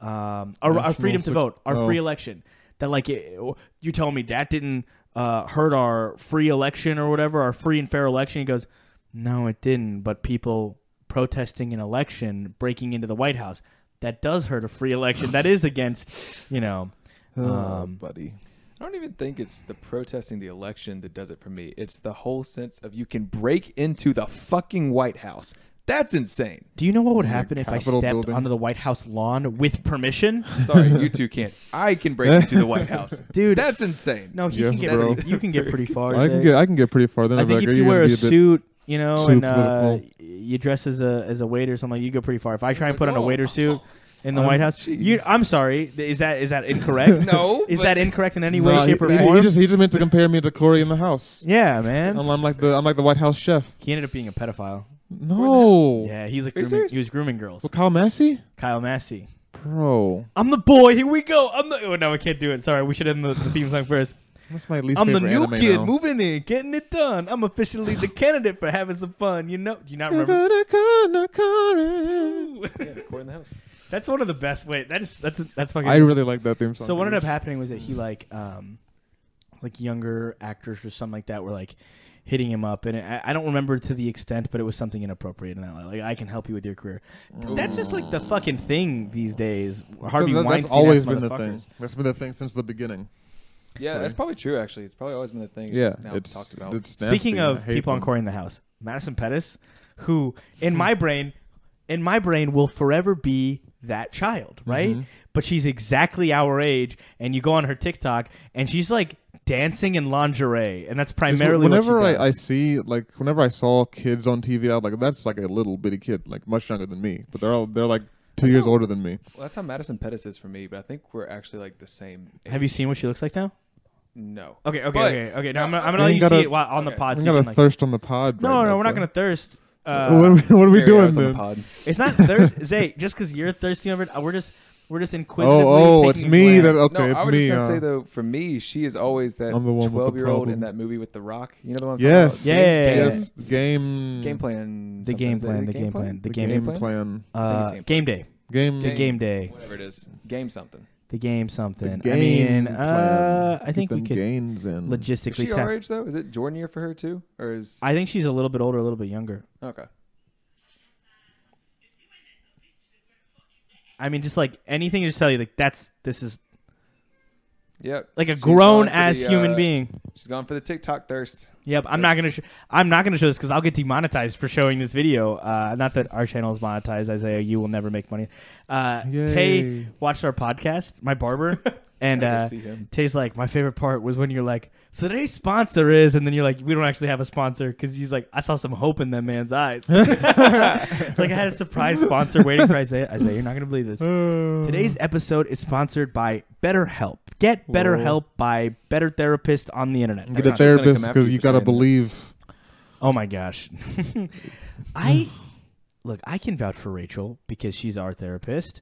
A: um, our, our
B: National
A: freedom to
B: sec-
A: vote, our
B: oh.
A: free election. That like it, you tell me that didn't uh, hurt our free election or whatever, our free and fair election. He goes, no, it didn't. But people protesting an election, breaking into the White House, that does hurt a free election. that is against, you know.
B: Oh,
A: um,
B: buddy.
C: I don't even think it's the protesting the election that does it for me. It's the whole sense of you can break into the fucking White House. That's insane.
A: Do you know what would happen if I
B: Capitol
A: stepped
B: building.
A: onto the White House lawn with permission?
C: Sorry, you two can't. I can break into the White House.
A: Dude.
C: that's insane.
A: No, he
B: Yes,
A: can get
B: bro.
A: pretty, you can get pretty far.
B: I can
A: Zay.
B: get I can get pretty far. Then
A: I
B: I'd be
A: think
B: like,
A: if
B: "Are
A: you
B: gonna
A: wear
B: be
A: a
B: bit-"
A: suit, you know,
B: too
A: and uh,
B: political?
A: you dress as a as a waiter or something, like you go pretty far. If I try and put on a waiter suit in the
B: Um,
A: White House, you,
C: jeez.
A: I'm sorry, is that is that incorrect?
C: No,
A: is
C: but-
A: that incorrect in any
B: Nah,
A: way, shape,
B: he-
A: or
B: he,
A: form?
B: he just he just meant to compare me to Corey in the house.
A: yeah, man.
B: I'm, I'm like the I'm like the White House chef.
A: He ended up being a pedophile.
B: No,
A: Yeah, he's a
C: you
A: grooming,
C: serious?
A: he was grooming girls.
B: But Kyle Massey,
A: Kyle Massey.
B: bro,
A: I'm the boy. Here we go. I'm the. Oh no, I can't do it. Sorry, we should end the, the theme song first.
B: that's my least
A: I'm the
B: favorite
A: new
B: anime
A: kid
B: now.
A: moving in, getting it done. I'm officially the candidate for having some fun. You know? Do you not remember?
C: Yeah, record in the house.
A: That's one of the best. Wait, that is that's that's fucking.
B: I really like that theme song.
A: So what ended up
B: dude.
A: happening was that he like um like younger actors or something like that were like hitting him up and I, I don't remember to the extent but it was something inappropriate and I like I can help you with your career. Th- That's just like the fucking thing these days. Harvey
B: That-
A: Weinstein
B: that's always been the thing. That's been the thing since the beginning.
C: Yeah, that's probably true. Actually, it's probably always been the thing. It's
B: yeah,
C: just now
B: it's
C: talked about.
B: It's
A: Speaking
B: nasty. I
A: of
B: hate
A: people on
B: them.
A: Corey in the House, Madison Pettis, who in
B: Hmm.
A: my brain, in my brain will forever be that child,
B: Mm-hmm.
A: right? But she's exactly our age, and you go on her TikTok, and she's like dancing in lingerie, and that's
B: It's wh-
A: primarily
B: whenever
A: what she
B: I, I
A: does.
B: see like whenever I saw kids on TV, I was like, that's like a little bitty kid, like much younger than me, but they're all they're like two
C: That's
B: years
C: how-
B: older than me.
C: well, that's how Madison Pettis is for me. But I think we're actually like the same. Age.
A: Have you seen what she looks like now?
C: No.
A: Okay, okay,
C: But-
A: okay, okay. No, I'm gonna, I'm
B: We
A: gonna let you
B: ain't gotta-
A: see it while, on the
C: okay.
A: pod.
B: We
A: so you
B: got a
A: can, like-
B: thirst on the pod.
A: no,
B: right
A: no,
B: now,
A: we're not
B: bro.
A: gonna thirst.
B: what are
A: Uh,
B: we, what are we
C: Scary
B: doing
C: hours on the
B: then?
C: pod.
A: it's not thirst, Zay. Just because you're thirsty over it, uh, we're just we're just inquisitively.
B: Oh, oh,
A: taking
B: it's
A: a
B: me.
A: glance.
B: That, okay,
C: no,
B: it's
C: I was
B: me.
C: just gonna
B: uh,
C: say though, for me, she is always that
B: I'm the one with the
C: twelve-year-old in
B: problem.
C: that movie with The Rock. You know the one. I'm
B: yes,
C: talking about?
A: Yeah. Mm.
C: Game-
B: yes, game,
C: Game, game plan.
A: The
C: something.
A: game
C: Is it
A: plan, the game plan, the
B: the
A: game
B: game, plan?
C: I
A: Uh,
C: think it's
A: game day.
B: game.
A: The game day.
C: Whatever it is, game something.
A: The game something.
B: game
A: I mean,
B: plan.
A: uh, I
B: Get
A: think we
B: them
A: could
B: gains in.
C: Is
A: logistically.
C: she
A: ta-
C: our age though? Is it Jordan year for her too, or is
A: I think she's a little bit older, a little bit younger.
C: okay?
A: I mean, just like anything to tell you, like that's this is
C: Yep.
A: like a
C: She's
A: grown
C: gone for
A: ass
C: the,
A: human
C: uh,
A: being.
C: She's gone for the TikTok thirst.
A: Yep, I'm not gonna.
C: that's-
A: Sh- I'm not gonna show this because I'll get demonetized for showing this video. Uh, not that our channel is monetized, Isaiah. You will never make money. Uh, Tay
B: Yay.
A: watched our podcast, my barber, and
C: I can
A: uh,
C: see him.
A: Tay's like, my favorite part was when you're like, so today's sponsor is, and then you're like, we don't actually have a sponsor because he's like, I saw some hope in that man's eyes. like I had a surprise sponsor waiting for Isaiah. Isaiah, you're not gonna believe this. Today's episode is sponsored by BetterHelp. Get
B: Whoa.
A: BetterHelp by Better Therapist on the internet.
B: Get a
C: She's gonna come
B: therapist
C: after
B: because
C: you
B: you
C: for
B: gotta
C: saying that.
B: believe.
A: Oh my gosh. I look, I can vouch for Rachel because she's our therapist.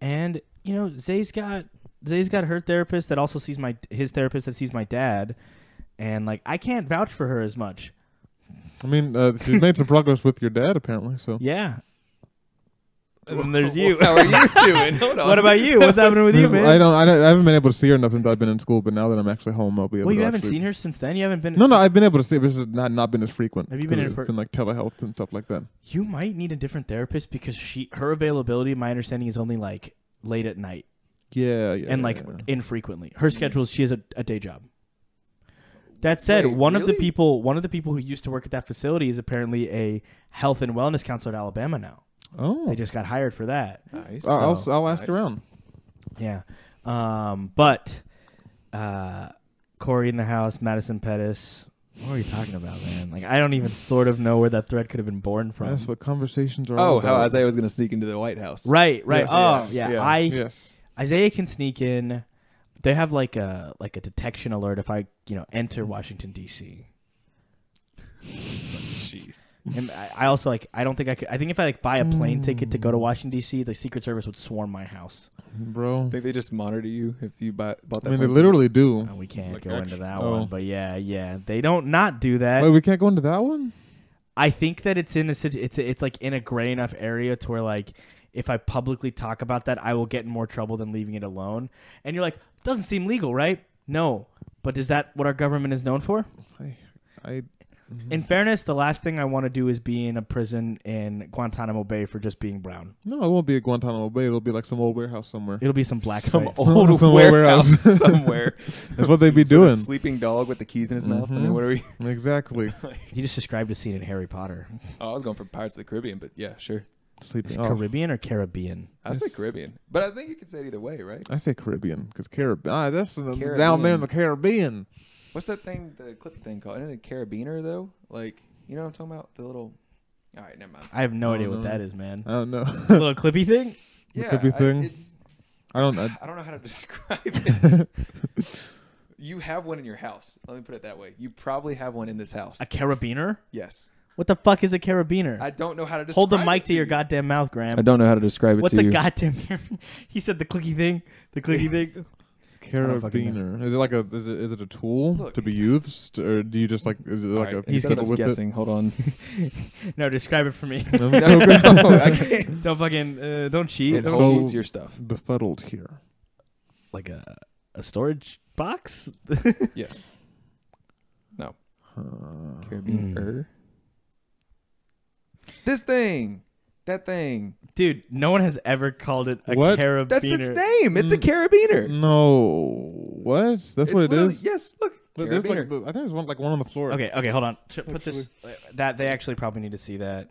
A: And, you know, Zay's got Zay's got her therapist that also sees my his therapist that sees my dad. And like I can't vouch for her as much.
B: I mean, uh, she's made some progress with your dad apparently. So
A: Yeah. And then there's you.
C: How are you doing? Hold on.
A: what about you? What's happening with you, man?
B: I don't, I don't. I haven't been able to see her enough since I've been in school. But now that I'm actually home, I'll be able.
A: well,
B: to
A: you haven't
B: actually-
A: seen her since then. You haven't been
B: No, no, I've been able to see. it, But it's just not not been as frequent.
A: Have you
B: 'cause
A: been in
B: it's
A: per-
B: been like telehealth and stuff like that?
A: You might need a different therapist because she her availability, my understanding is only like late at night
B: Yeah, yeah.
A: and like
B: yeah, yeah.
A: infrequently. Her schedule is she has a, a day job. That said,
C: Wait,
A: one of the
C: really?
A: people one of the people who used to work at that facility is apparently a health and wellness counselor at Alabama now.
B: oh,
A: They just got hired for that.
C: Nice.
B: I- Uh, I'll
A: so
B: I'll ask
C: nice.
B: around.
A: Yeah. Um, but uh, Corey in the house, Madison Pettis. What are you talking about, man? Like I don't even sort of know where that thread could have been born from.
B: That's what conversations are. all
C: Oh, how
B: about.
C: Isaiah was gonna sneak into the White House.
A: Right, right.
B: Yes.
A: oh,
C: Yes.
A: yeah.
C: Yeah.
A: I
B: Yes.
A: Isaiah can sneak in. They have like a like a detection
B: Mm.
A: alert if I you know enter Washington D.C.
C: Jeez.
A: And I, I also like. I don't think I could. I think if I like buy a plane ticket to go
B: Mm.
A: to Washington D.C., the Secret Service would swarm my house.
B: bro.
C: think they just monitor you if you buy, bought that.
B: I mean, they
C: plane
B: literally do.
A: Uh, we can't
B: Like
A: go into
B: actu-
A: that
B: oh.
A: one, but yeah, yeah, they don't not do that.
B: Wait, we can't go into that one.
A: I think that it's in a sit- it's it's like in a gray enough area to where like if I publicly talk about that, I will get in more trouble than leaving it alone. And you're like, doesn't seem legal, right? No, but is that what our government is known for?
B: I mm-hmm.
A: In fairness, the last thing I want to do is be in a prison in Guantanamo Bay for just being brown.
B: no, it won't be a Guantanamo Bay. It'll be like some old warehouse somewhere.
A: It'll be some black
C: ticket. some
A: site.
C: old
B: Some warehouse.
C: warehouse somewhere.
B: That's what they'd be
C: With a
B: doing.
C: sleeping dog with the keys in his mouth. I mean,
B: Mhm.
C: what are we?
B: Exactly.
A: You just described a scene in Harry Potter.
C: Oh, I was going for Pirates of the Caribbean, but yeah, sure.
B: Sleeping
A: Is it
B: off.
A: Caribbean or Caribbean?
C: I say
B: Yes.
C: Caribbean, but I think you could say it either way, right?
B: I say Caribbean because Caribbean. Ah, that's down there in the Caribbean.
C: What's that thing, the clip thing called? Isn't it a carabiner though? Like, you know what I'm talking about? The little. All right, never mind.
A: I have no
B: I
A: idea
B: don't
A: what
B: know.
A: that is, man.
B: I don't know.
A: little clippy thing.
B: The
C: yeah,
B: clippy
C: I-
B: thing?
C: it's.
B: I don't. I,
C: I don't know how to describe it. you have one in your house. Let me put it that way. You probably have one in this house.
A: A carabiner?
C: yes.
A: What the fuck is a carabiner?
C: I don't know how to describe.
A: Hold the
C: it
A: mic to your
C: you.
A: goddamn mouth, Graham.
C: I don't know how to describe it
A: What's
C: to
A: a
C: you.
A: goddamn? he said the clicky thing. The clicky thing. don't fucking know.
B: Carabiner. Is it like a is it, is it a tool
C: Look.
B: to be used or do you just like is it
C: All
B: like
C: right,
B: a
A: he's
C: instead
A: gonna
C: of us
B: with it?
C: guessing. Hold on.
A: No, describe it for me.
B: I'm so good-
C: No, Oh, I can't.
A: don't fucking. Uh, don't cheat.
C: It
A: Don't-
B: So-
C: holds your stuff.
B: befuddled here.
A: like a a storage box.
C: Yes.
B: Uh,
C: Carabiner. This thing. That thing.
A: Dude, no one has ever called it a
B: What?
A: carabiner.
C: That's its name. It's a carabiner.
B: no, what? Hmm. That's what
C: It's
B: it
C: literally-
B: is.
C: Yes. Look.
B: But there's like,
C: Carabiner.
B: I think there's one like one on the floor.
A: Okay, okay, hold on. Ch- Put this. That they actually probably need to see that.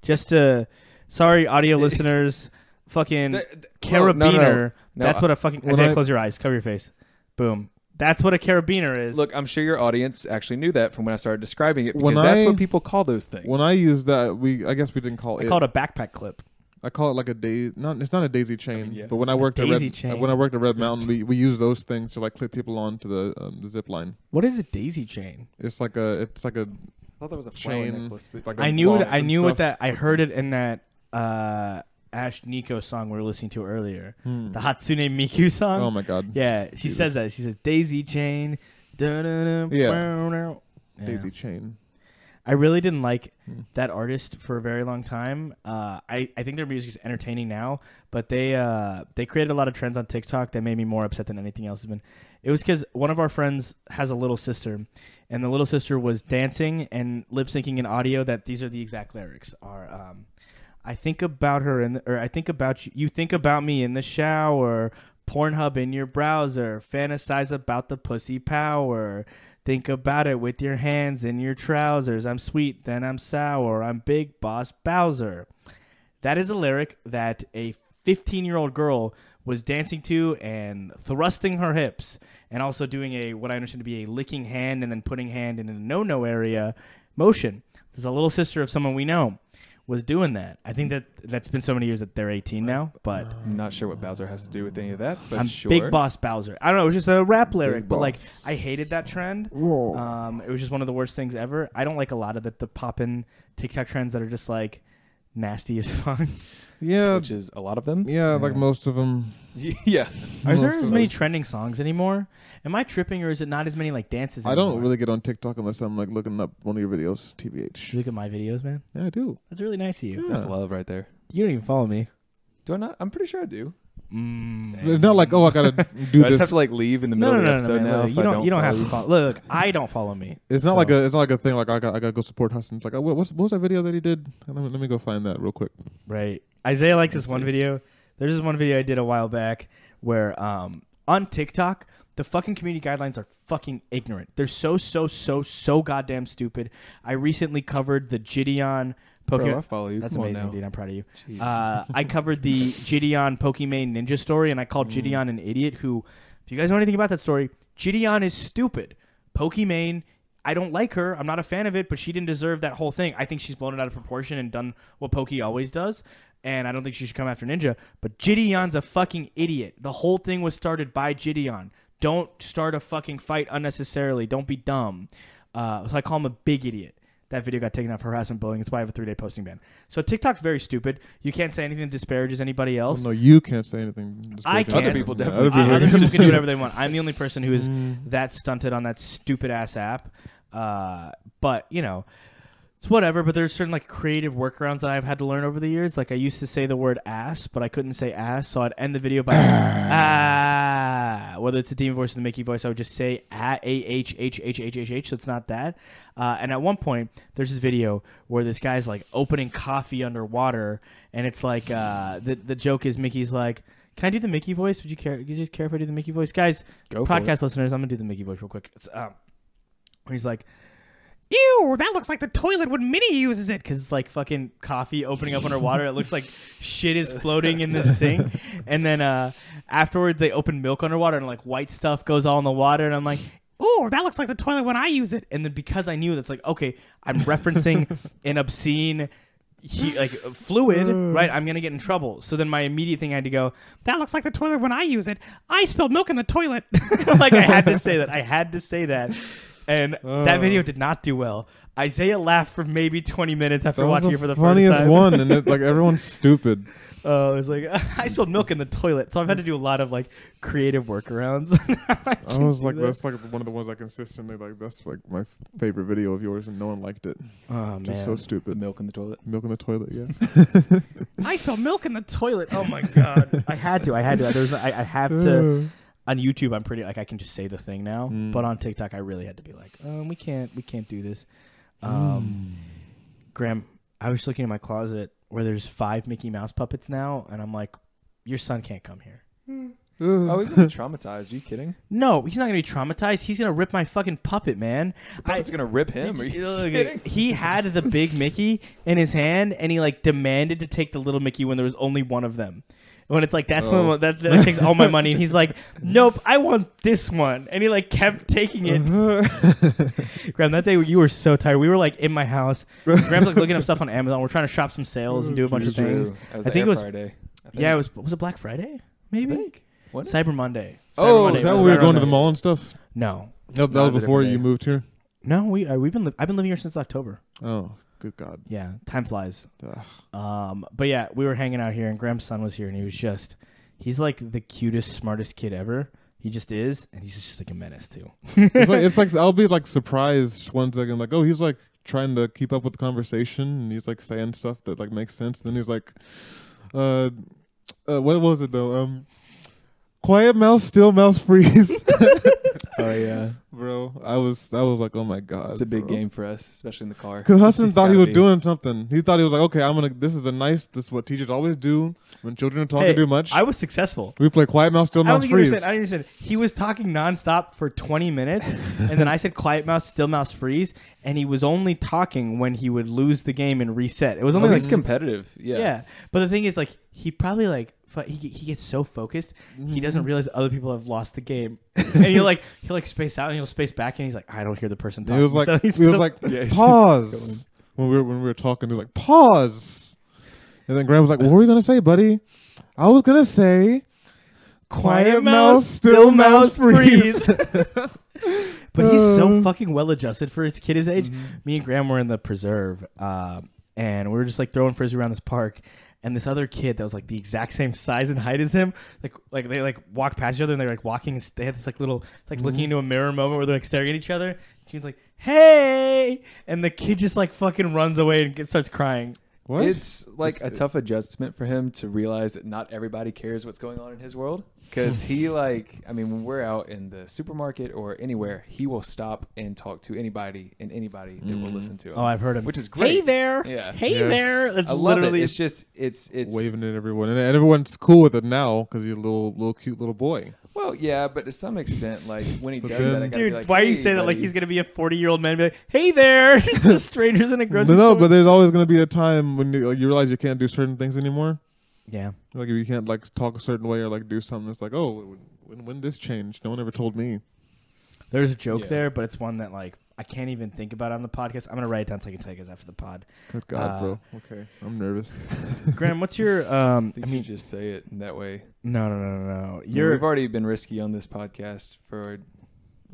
A: Just to. Sorry, audio listeners. Fucking
C: Th- th- no,
A: carabiner.
C: no, no. No,
A: that's
C: I-
A: what a fucking.
B: when
A: Isaiah,
B: I-
A: close your eyes. Cover your face. Boom. That's what a carabiner is.
C: Look, I'm sure your audience actually knew that from when I started describing it because
B: When
C: that's
B: I-
C: what people call those things.
B: When I use that, we I guess we didn't call
A: I
B: it.
A: call it a backpack clip.
B: I call it like a daisy. Not it's not a daisy chain.
C: yeah.
B: But when I worked at
A: daisy
B: Red,
A: chain.
B: when I worked at Red Mountain, we, we use those things to like clip people onto the um, the zip line.
A: What is a daisy chain?
B: It's like a it's like a
C: thought that was a flower
B: chain.
C: necklace. that-
B: Like a
A: I knew
B: long
A: it, I
B: and
A: knew what that
B: stuff.
A: I heard it in that uh, Ash Nico song we were listening to earlier,
B: Hmm.
A: the Hatsune Miku song.
B: oh my god.
A: yeah, she
B: Jesus.
A: says that. She says daisy chain. dun-dun-dun,
B: Yeah.
A: brown-ow." Yeah.
B: Daisy chain.
A: I really didn't like
B: Hmm.
A: that artist for a very long time. Uh, I I think their music is entertaining now, but they uh, they created a lot of trends on TikTok that made me more upset than anything else has been. It was because one of our friends has a little sister, and the little sister was dancing and lip syncing in audio that these are the exact lyrics are. Um, I think about her in, the, or I think about you. You think about me in the shower. Pornhub in your browser. Fantasize about the pussy power. Think about it with your hands in your trousers. I'm sweet, then I'm sour. I'm big boss Bowser. That is a lyric that a 15 year old girl was dancing to and thrusting her hips, and also doing a what I understand to be a licking hand and then putting hand in a no no area motion. There's a little sister of someone we know was doing that. I think that that's been so many years that they're 18 now, but
C: I'm not sure what Bowser has to do with any of that, but
A: I'm
C: sure.
A: Big Boss Bowser. I don't know. It was just a rap lyric, but like
B: Boss.
A: I hated that trend.
B: Whoa.
A: Um, it was just one of the worst things ever. I don't like a lot of the, the poppin' TikTok trends that are just like nasty as fuck.
B: yeah,
C: which is a lot of them.
B: yeah, like
A: Yeah.
B: most of them.
C: yeah.
A: Are there
B: Most
A: as
B: of
A: many
B: those-
A: trending songs anymore? Am I tripping or is it not as many like dances?
B: I don't
A: anymore?
B: really get on TikTok unless I'm like looking up one of your videos,
A: Should
B: tbh.
A: you look at my videos, man.
B: Yeah, I do.
A: That's really nice of you.
B: Yeah.
C: That's love right there.
A: You don't even follow me.
C: Do I not? I'm pretty sure I do.
A: Mm.
B: It's not like oh, I gotta do
C: I
B: this.
C: just have to like leave in the
A: No,
C: middle
A: no,
C: of the
A: no, no,
C: episode
A: man.
C: now.
A: Look,
C: if
A: you
C: I
A: don't,
C: don't
A: you don't have
C: follow
A: to follow. Look, I don't follow me.
B: It's not like
A: So-
B: a. It's not like a thing. Like I got. I got to go support Hudson. It's like, oh, what, what's, what was that video that he did? Let me, let me go find that real quick.
A: Right. Isaiah likes this
C: Let's
A: one
C: see.
A: video. There's this one video I did a while back where um on TikTok, the fucking community guidelines are fucking ignorant. They're so so so so goddamn stupid. I recently covered the Gideon
C: Bro, I
A: Pokemon.
C: follow you.
A: That's
C: Come on
A: amazing,
C: now.
A: dude. I'm proud of you.
C: Jeez.
A: Uh, I covered the Gideon Pokimane ninja story, and I called Gideon an idiot. Who, if you guys know anything about that story, Gideon is stupid. Pokimane, I don't like her. I'm not a fan of it, but she didn't deserve that whole thing. I think she's blown it out of proportion and done what Poki always does. And I don't think she should come after Ninja. But Gideon's a fucking idiot. The whole thing was started by Gideon. Don't start a fucking fight unnecessarily. Don't be dumb. Uh, so I call him a big idiot. That video got taken off for harassment bullying. It's why I have a three day posting ban. So TikTok's very stupid. You can't say anything that disparages anybody
B: Well,
A: else.
B: no, you can't say anything.
A: I
B: disparaging.
A: can. Other people
B: Yeah,
C: definitely
A: Uh, other
B: can
A: people
B: say
A: can do whatever
B: it.
A: they want. I'm the only person who is
B: Mm.
A: that stunted on that stupid ass app. Uh, but you know, it's whatever. But there's certain like creative workarounds that I've had to learn over the years. Like I used to say the word ass, but I couldn't say ass, so I'd end the video by ah. Whether it's a demon voice or the Mickey voice, I would just say ah a h h h h h h. So it's not that. Uh, and at one point, there's this video where this guy's like opening coffee underwater, and it's like uh, the the joke is Mickey's like. Can I do the Mickey voice? Would you care? Would you just care if I do the Mickey voice, guys?
C: Go for it.
A: podcast listeners, I'm gonna do the Mickey voice real quick. It's um, where he's like, "Ew, that looks like the toilet when Minnie uses it," because it's like fucking coffee opening up underwater. it looks like shit is floating in this thing, and then uh, afterward they open milk underwater and like white stuff goes all in the water, and I'm like. Ooh, that looks like the toilet when I use it. And then because I knew that's like, okay, I'm referencing an obscene he, like fluid,
C: Uh.
A: right? I'm gonna get in trouble. So then my immediate thing I had to go, that looks like the toilet when I use it. I spilled milk in the toilet. like I had to say that. I had to say that. And that
B: Oh.
A: video did not do well. Isaiah laughed for maybe 20 minutes after
B: That was
A: watching
B: the
A: it for the first
B: funniest
A: time.
B: one, and it, like everyone's stupid.
A: Oh, it was like I spilled milk in the toilet. So I've had to do a lot of like creative workarounds. I
B: I
A: can
B: was
A: do
B: like,
A: that.
B: that's like one of the ones I consistently like. That's like my f- favorite video of yours, and no one liked it.
A: oh man.
B: Just so
C: The
B: stupid.
C: milk in the toilet.
B: Milk in the toilet, yeah.
A: I spilled milk in the toilet. Oh my god. I had to. I had to. There's I, I have to on YouTube, I'm pretty like I can just say the thing now,
B: Mm.
A: but on TikTok, I really had to be like, um, we can't, we can't do this.
B: Mm.
A: Um, Graham, I was looking in my closet where there's five Mickey Mouse puppets now, and I'm like, your son can't come here.
C: Oh, he's gonna be traumatized. Are you kidding?
A: No, he's not gonna be traumatized. He's gonna rip my fucking puppet, man. I-
C: It's gonna rip him. Are
A: Did
C: you
A: you- look,
C: kidding?
A: he had the big Mickey in his hand, and he like demanded to take the little Mickey when there was only one of them. When it's like that's
B: Oh.
A: when that, that takes all my money, and he's like, "Nope, I want this one," and he like kept taking it. Graham, that day you were so tired. We were like in my house. Graham's like looking up stuff on Amazon. We're trying to shop some sales and do a bunch of
B: Jesus.
A: things.
C: That was
A: I
C: the
A: think
C: air
A: it was-
C: fryer day, I think.
A: Yeah, it was was it Black Friday? Maybe
C: Wasn't
A: Cyber Monday. Cyber
C: Oh,
A: Monday
B: Is that
A: was
B: when we were
A: right
B: going to
A: around that.
B: the mall and stuff?
A: No,
B: No, that
C: No,
B: was
C: it's a
B: before
C: different
B: you
C: day.
B: moved here.
A: no, we uh, we've been li- I've been living here since October.
B: Oh, good God. Uh,
A: Yeah, time flies.
B: Ugh.
A: Um, but yeah, we were hanging out here, and Graham's son was here, and he was just, he's like the cutest, smartest kid ever. He just is, and he's just like a menace too.
B: it's like it's like I'll be like surprised one second, like oh he's like trying to keep up with the conversation and he's like saying stuff that like makes sense. Then he's like, uh, uh what was it though? Um, quiet mouse, still mouse freeze,
C: Oh yeah,
B: bro. I was I was like oh my god,
C: it's a big
B: bro.
C: game for us, especially in the car.
B: Cause Hudson
C: It's
B: thought he
C: gotta
B: was
C: be.
B: doing something. He thought he was like, okay, I'm gonna. This is a nice. This is what teachers always do when children are talking
A: Hey,
B: too much.
A: I was successful.
B: we play quiet mouse, still
A: I don't
B: mouse
A: think you
B: freeze.
A: understand. I don't understand. He was talking nonstop for 20 minutes, and then I said quiet mouse, still mouse freeze, and he was only talking when he would lose the game and reset. It was
C: Oh,
A: only like
C: he's competitive. Yeah.
A: Yeah. But the thing is, like, he probably like fu- he, he gets so focused,
B: Mm-hmm.
A: he doesn't realize other people have lost the game, and he'll like he'll like space out and he'll space back, and he's like, I don't hear the person
B: He
A: talking.
B: was like,
A: So
B: he
A: he's still-
B: was like,
C: Yeah, he's-
B: pause. When we were when we were talking, he was like, pause. And then Graham was like, "What were you gonna say, buddy? I was gonna say, quiet mouse, still mouse freeze." Um,
A: but he's so fucking well adjusted for his kid his age.
B: Mm-hmm.
A: Me and Graham were in the preserve, um, and we were just like throwing frisbee around this park. And this other kid that was like the exact same size and height as him, like like they like walked past each other and they were like walking. And s- they had this like little, it's like
B: Mm-hmm.
A: looking into a mirror moment where they're like staring at each other. She's like, "Hey!" and the kid just like fucking runs away and gets, starts crying.
B: what?
C: It's like
B: It's-
C: a tough adjustment for him to realize that not everybody cares what's going on in his world. Because he, like, I mean, when we're out in the supermarket or anywhere, he will stop and talk to anybody and anybody that will listen to him.
A: Oh, I've heard him.
C: Which is great.
A: Hey there.
C: Yeah.
A: Hey
B: Yes.
A: there. That's
C: I love
A: literally
C: it. It's just, it's, it's,
B: waving at everyone, and everyone's cool with it now because he's a little little cute little boy.
C: well, yeah, but to some extent, like, when he
B: But
C: does that, I
B: then-
C: gotta be
A: Dude,
C: like,
A: why are you
C: "Hey,
A: saying that like
C: buddy."
A: he's gonna be a forty-year-old man and be like, "Hey there, just strangers in a
B: No,
A: grocery store."
B: but there's always gonna be a time when you, like, you realize you can't do certain things anymore.
A: yeah,
B: Like if you can't like talk a certain way or like do something, it's like, oh, when when this changed, no one ever told me.
A: there's a joke
C: Yeah.
A: there, but it's one that like I can't even think about on the podcast. I'm gonna write it down so I can tell you guys after the pod.
B: Good God,
A: Uh,
B: bro. Okay, I'm nervous.
A: Graham, what's your? Um, I
C: I think
A: mean,
C: you just say it in that way.
A: no, no, no, no, no.
C: You're,
A: You're
C: we've already been risky on this podcast for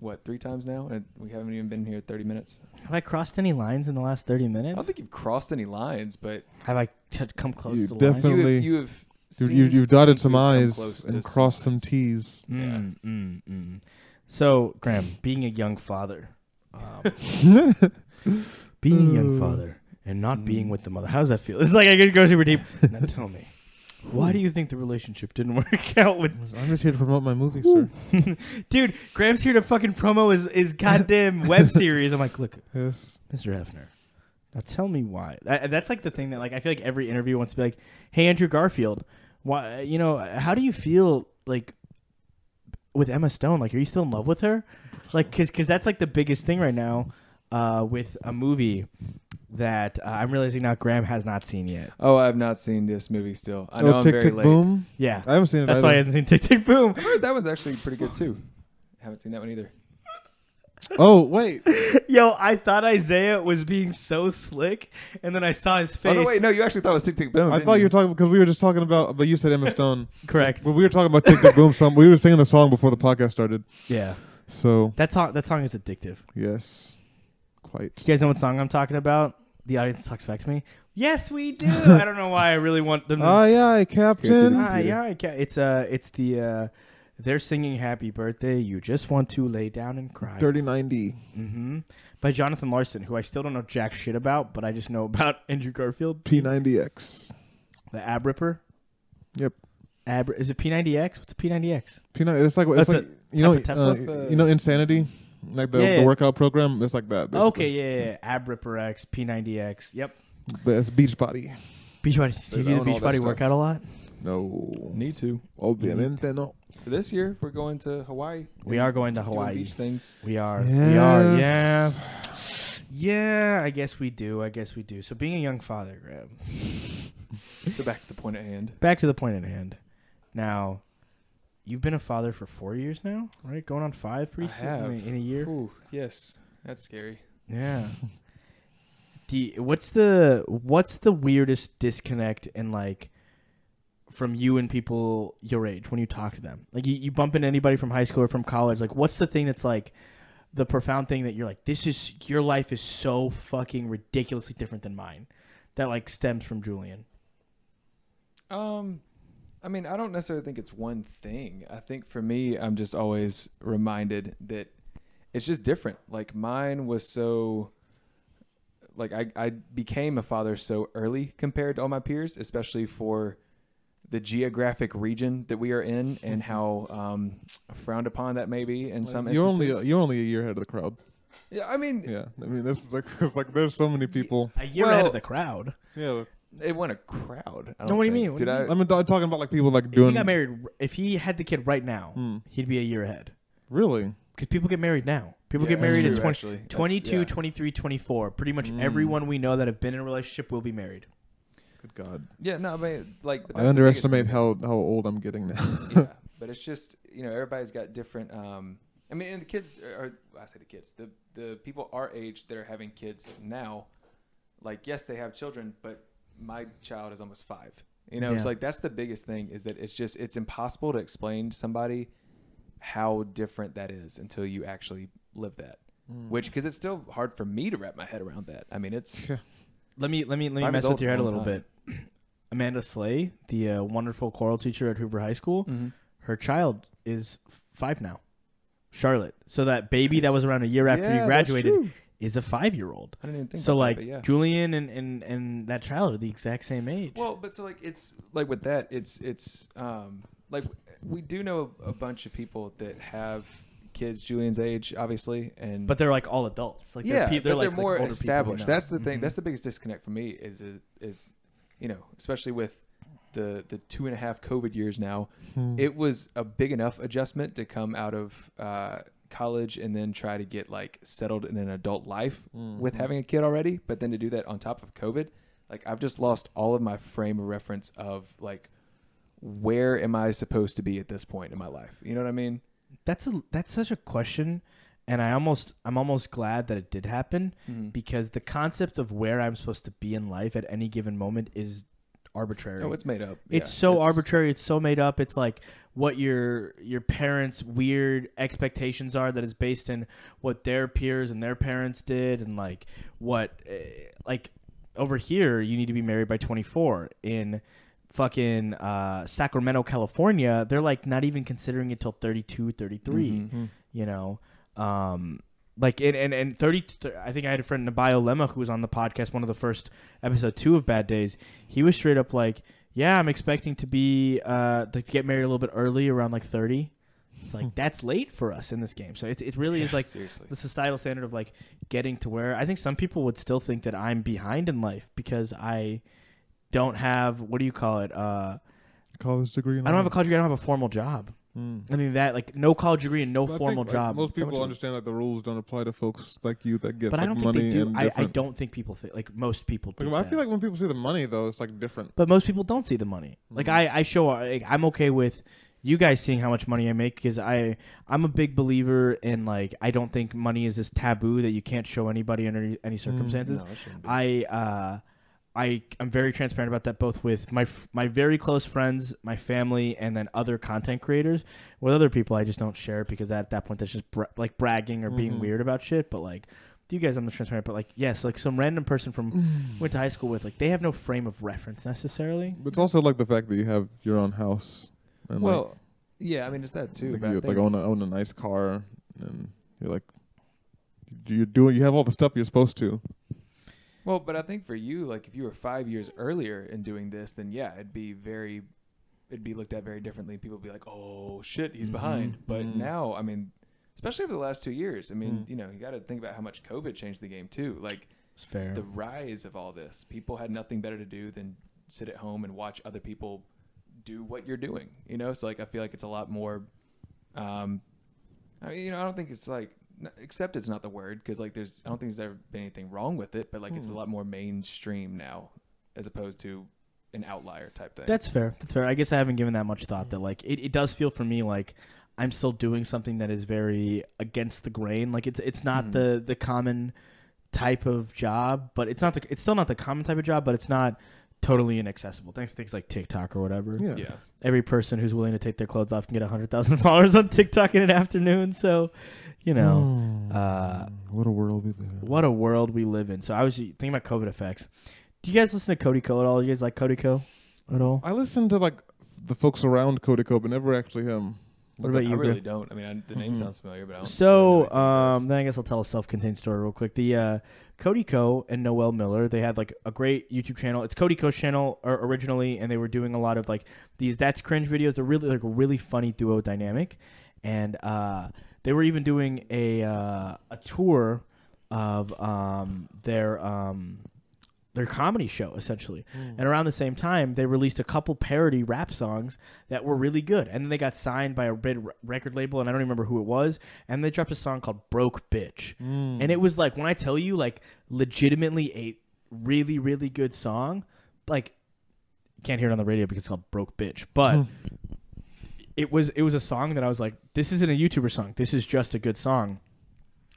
C: what three times now, and we haven't even been here thirty minutes.
A: Have I crossed any lines in the last thirty
C: I don't
A: minutes?
C: think you've crossed any lines, but
A: Have I t- come close
B: You
A: to
B: defi-
A: lines?
C: you
B: Definitely.
C: have, you have
B: You, you,
C: seemed
B: you've
C: to
B: dotted
C: be-
B: some
C: you've come
B: I's
C: close to
B: and crossed some T's.
A: Mm, mm, mm. So Graham, being a young father, um, being a young father and not being with the mother, how does that feel? It's like I could go super deep. now tell me, why do you think the relationship didn't work out with
B: I'm just here to promote my movie, sir.
A: Dude, Graham's here to fucking promo his, his goddamn web series. I'm like, look,
B: Yes.
A: Mr. Hefner, now tell me why. That, that's like the thing that like I feel like every interview wants to be like, hey Andrew Garfield, why you know how do you feel like with Emma Stone? Like, are you still in love with her? Like, cause cause that's like the biggest thing right now uh, with a movie that uh, I'm realizing now Graham has not seen yet.
C: Oh, I've not seen this movie still. I know
B: oh,
C: I'm
B: tick
C: very
B: tick
C: late.
B: boom.
A: Yeah,
B: I haven't seen it.
A: that's
B: either.
A: why he hasn't seen Tick Tick Boom.
C: I heard that one's actually pretty good too. haven't seen that one either.
B: Oh wait,
A: Yo, I thought Isaiah was being so slick, and then I saw his face.
C: Oh no, wait, no, you actually thought it was Tick Tick Boom.
B: I
C: didn't
B: thought you were talking because we were just talking about, but you said Emma Stone.
A: Correct.
B: But we were talking about Tick Tick Boom song. We were singing the song before the podcast started.
A: Yeah.
B: So
A: That song that song is addictive.
B: yes, quite.
A: You guys know what song I'm talking about? The audience talks back to me. Yes, we do. I don't know why I really want them to
B: Aye aye, Captain.
A: Ah, yeah, I ca- it's uh it's the uh they're singing happy birthday, you just want to lay down and cry.
B: Thirty ninety.
A: Mm-hmm. By Jonathan Larson, who I still don't know jack shit about, but I just know about Andrew Garfield,
B: P90X.
A: the Ab Ripper.
B: Yep.
A: Ab is it P90X? What's a P90X?
B: P90. It's like it's
A: That's
B: like
A: a
B: you know
A: type of Tesla.
B: uh,
A: That's
C: the-
B: you know insanity, like the,
A: Yeah,
B: the
A: yeah.
B: workout program. It's like that. Basically.
A: Okay, yeah, yeah, yeah. Ab Ripper X, P90X. Yep.
B: But it's beach body.
A: Beachbody.
B: They
A: Do you
B: own
A: do the
B: all that
A: Beachbody
B: stuff.
A: workout a lot?
B: No.
C: Need to.
B: Obviamente no.
C: This year we're going to Hawaii.
A: We
C: and
A: are going to
C: doing
A: Hawaii.
C: beach things.
A: We are. We are. Yeah.
B: Yes.
A: Yeah, I guess we do. I guess we do. So being a young father, Graham.
C: So back to the point at hand.
A: Back to the point at hand. Now, you've been a father for four years now, right? Going on five pretty
C: I
A: soon in a-
C: have.
A: in a year.
C: Ooh, yes, that's scary.
A: Yeah. Do you- what's the what's the weirdest disconnect in like from you and people your age when you talk to them? Like you, you bump into anybody from high school or from college, like what's the thing that's like the profound thing that you're like, this is your life is so fucking ridiculously different than mine that like stems from Julian.
C: Um, I mean, I don't necessarily think it's one thing. I think for me, I'm just always reminded that it's just different. Like mine was so, like I I became a father so early compared to all my peers, especially for the geographic region that we are in and how um, frowned upon that may be in some
B: you're
C: instances.
B: only you're only a year ahead of the crowd.
C: yeah, I mean,
B: Yeah, I mean that's like 'cause, like there's so many people.
A: A year ahead
C: Well-
A: of the crowd.
B: Yeah,
C: it went a crowd. I
A: No,
C: don't
A: what do you
C: think.
A: mean? What
C: Did
A: do you
C: I?
B: I mean I'm talking about like people like
A: If he
B: doing
A: got married if he had the kid right now,
B: Hmm.
A: he'd be a year ahead.
B: really.
A: Because people get married now. People
C: Yeah,
A: get
C: that's
A: married
C: true,
A: at 20,
C: actually. That's-
A: 22,
C: yeah.
A: 23, 24. Pretty much
B: Mm.
A: everyone we know that have been in a relationship will be married.
B: Good God,
C: Yeah, no, I mean, like but
B: I
C: that's the biggest
B: underestimate
C: thing.
B: how how old I'm getting now.
C: yeah, but it's just you know everybody's got different. Um, I mean, and the kids are. I say the kids, the the people our age that are having kids now, like yes, they have children, but my child is almost five. You know, it's
A: Yeah.
C: like that's the biggest thing is that it's just it's impossible to explain to somebody how different that is until you actually live that.
B: Hmm.
C: Which,
A: Mm-hmm.
C: because it's still hard for me to wrap my head around that. I mean, it's
A: Let me let me let me
C: Five
A: mess
C: is old
A: with your head a
C: for a
A: little
C: long
A: bit. Amanda Slay, the uh, wonderful choral teacher at Hoover High School, her child is five now. Charlotte. So that baby that
C: Nice.
A: was around a year after
C: Yeah,
A: you
C: that's
A: graduated
C: true.
A: is a five year old.
C: I didn't even think
A: So
C: about
A: like
C: that, but yeah.
A: Julian and, and and that child are the exact same age.
C: Well, but so like it's like with that, it's it's um like we do know a, a bunch of people that have kids Julian's age, obviously, and
A: but they're like all adults. Like
C: yeah,
A: they're, pe-
C: but they're
A: like, like,
C: more
A: older people we
C: established.
A: know.
C: That's the thing.
A: Mhm.
C: That's the biggest disconnect for me is is, is you know especially with the the two and a half COVID years now,
A: Hmm.
C: it was a big enough adjustment to come out of uh, college and then try to get like settled in an adult life
A: Hmm,
C: with having a kid already. But then to do that on top of COVID, like I've just lost all of my frame of reference of like where am I supposed to be at this point in my life? You know what I mean?
A: that's a that's such a question and i almost i'm almost glad that it did
C: Mm-hmm.
A: happen because the concept of where i'm supposed to be in life at any given moment is arbitrary.
C: Oh, it's made up.
A: It's
C: Yeah,
A: so arbitrary. It's so made up. It's like what your your parents' weird expectations are that is based in what their peers and their parents did, and like what uh, like over here you need to be married by 24 in fucking uh, Sacramento, California. They're like not even considering it till 32, 33.
C: Mm-hmm.
A: You know, um, like and and and 30 th- i think i had a friend nabio lemma who was on the podcast one of the first episode two of bad days he was straight up like yeah i'm expecting to be uh to get married a little bit early around like 30 it's like that's late for us in this game so it, it really is like
C: seriously.
A: the societal standard of like getting to where I think some people would still think that I'm behind in life because I don't have what do you call it? Uh,
B: college degree.
A: I don't have a college degree. I don't have a formal job.
B: Mm.
A: I mean that like no college degree and no
B: But I
A: formal
B: think, like,
A: job.
B: most
A: So
B: people
A: much-
B: understand that the rules don't apply to folks like you that get
A: but I
B: like,
A: don't think
B: money
A: they do.
B: and
A: I, I
B: different.
A: don't think people think like most people do.
B: Like, I
A: that.
B: feel like when people see the money though, it's like different.
A: but most people don't see the money. Like
B: Mhm.
A: I, I show uh, like, I'm okay with you guys seeing how much money I make because I I'm a big believer in like I don't think money is this taboo that you can't show anybody under any,
B: Mm,
A: any circumstances.
C: No, it shouldn't be.
A: I uh, I am very transparent about that, both with my f- my very close friends, my family, and then other content creators. With other people, I just don't share it because at that point, that's just bra- like bragging or being
B: Mhm.
A: weird about shit. But like. with You guys, I'm transparent, but like, yes, like some random person from went to high school with, like, they have no frame of reference necessarily.
B: But it's also like the fact that you have your own house. And,
C: well,
B: like,
C: yeah, I mean it's that too.
B: like,
C: but I
B: you like
C: think-
B: own a, own a nice car, and you're like, you're doing. You have all the stuff you're supposed to.
C: Well, but I think for you, like if you were five years earlier in doing this, then yeah, it'd be very, it'd be looked at very differently. People would be like, "Oh shit, he's behind." But
B: Mhm.
C: now, I mean, especially over the last two years, I mean,
B: Mm.
C: you know, you got to think about how much COVID changed the game too. Like
A: It's fair.
C: the rise of all this, people had nothing better to do than sit at home and watch other people do what you're doing. You know, so like I feel like it's a lot more. Um, I mean, you know, I don't think it's like n- except it's not the word because like there's I don't think there's ever been anything wrong with it, but like it's a
B: Hmm.
C: lot more mainstream now as opposed to an outlier type thing.
A: That's fair. That's fair. I guess I haven't given that much thought that like it, it does feel for me like I'm still doing something that is very against the grain. Like it's it's not
C: Mhm.
A: the the common type of job, but it's not the it's still not the common type of job, but it's not totally inaccessible. Thanks to things like TikTok or whatever.
B: Yeah.
C: yeah.
A: Every person who's willing to take their clothes off can get 100,000 followers on TikTok in an afternoon, so you know. uh,
B: Oh, what a world we live in.
A: What a world we live in. So I was thinking about COVID effects. Do you guys listen to Cody Co at all? You guys like Cody Co at all?
B: I listen to like the folks around Kodako, but never actually him.
A: What
B: Like,
A: about you,
C: I
A: Bri?
C: really don't. I mean, I, the name
B: Mhm.
C: sounds familiar, but I don't. really
A: So
C: know anything about
A: um,
C: this.
A: then I guess I'll tell a self-contained story real quick. The uh, Cody Co and Noel Miller they had like a great YouTube channel. It's Cody Co's channel or originally, and they were doing a lot of like these that's cringe videos. They're really like a really funny duo dynamic, and uh, they were even doing a uh, a tour of um, their um, their comedy show essentially.
B: Mm-hmm.
A: And around the same time, they released a couple parody rap songs that were really good. And then they got signed by a big r- record label, and I don't even remember who it was. And they dropped a song called "Broke Bitch,"
B: Mm-hmm. Mm.
A: and it was like when I tell you, like, legitimately a really really good song. Like, can't hear it on the radio because it's called "Broke Bitch,"
B: Hmm.
A: but. It was it was a song that I was like, this isn't a YouTuber song. This is just a good song.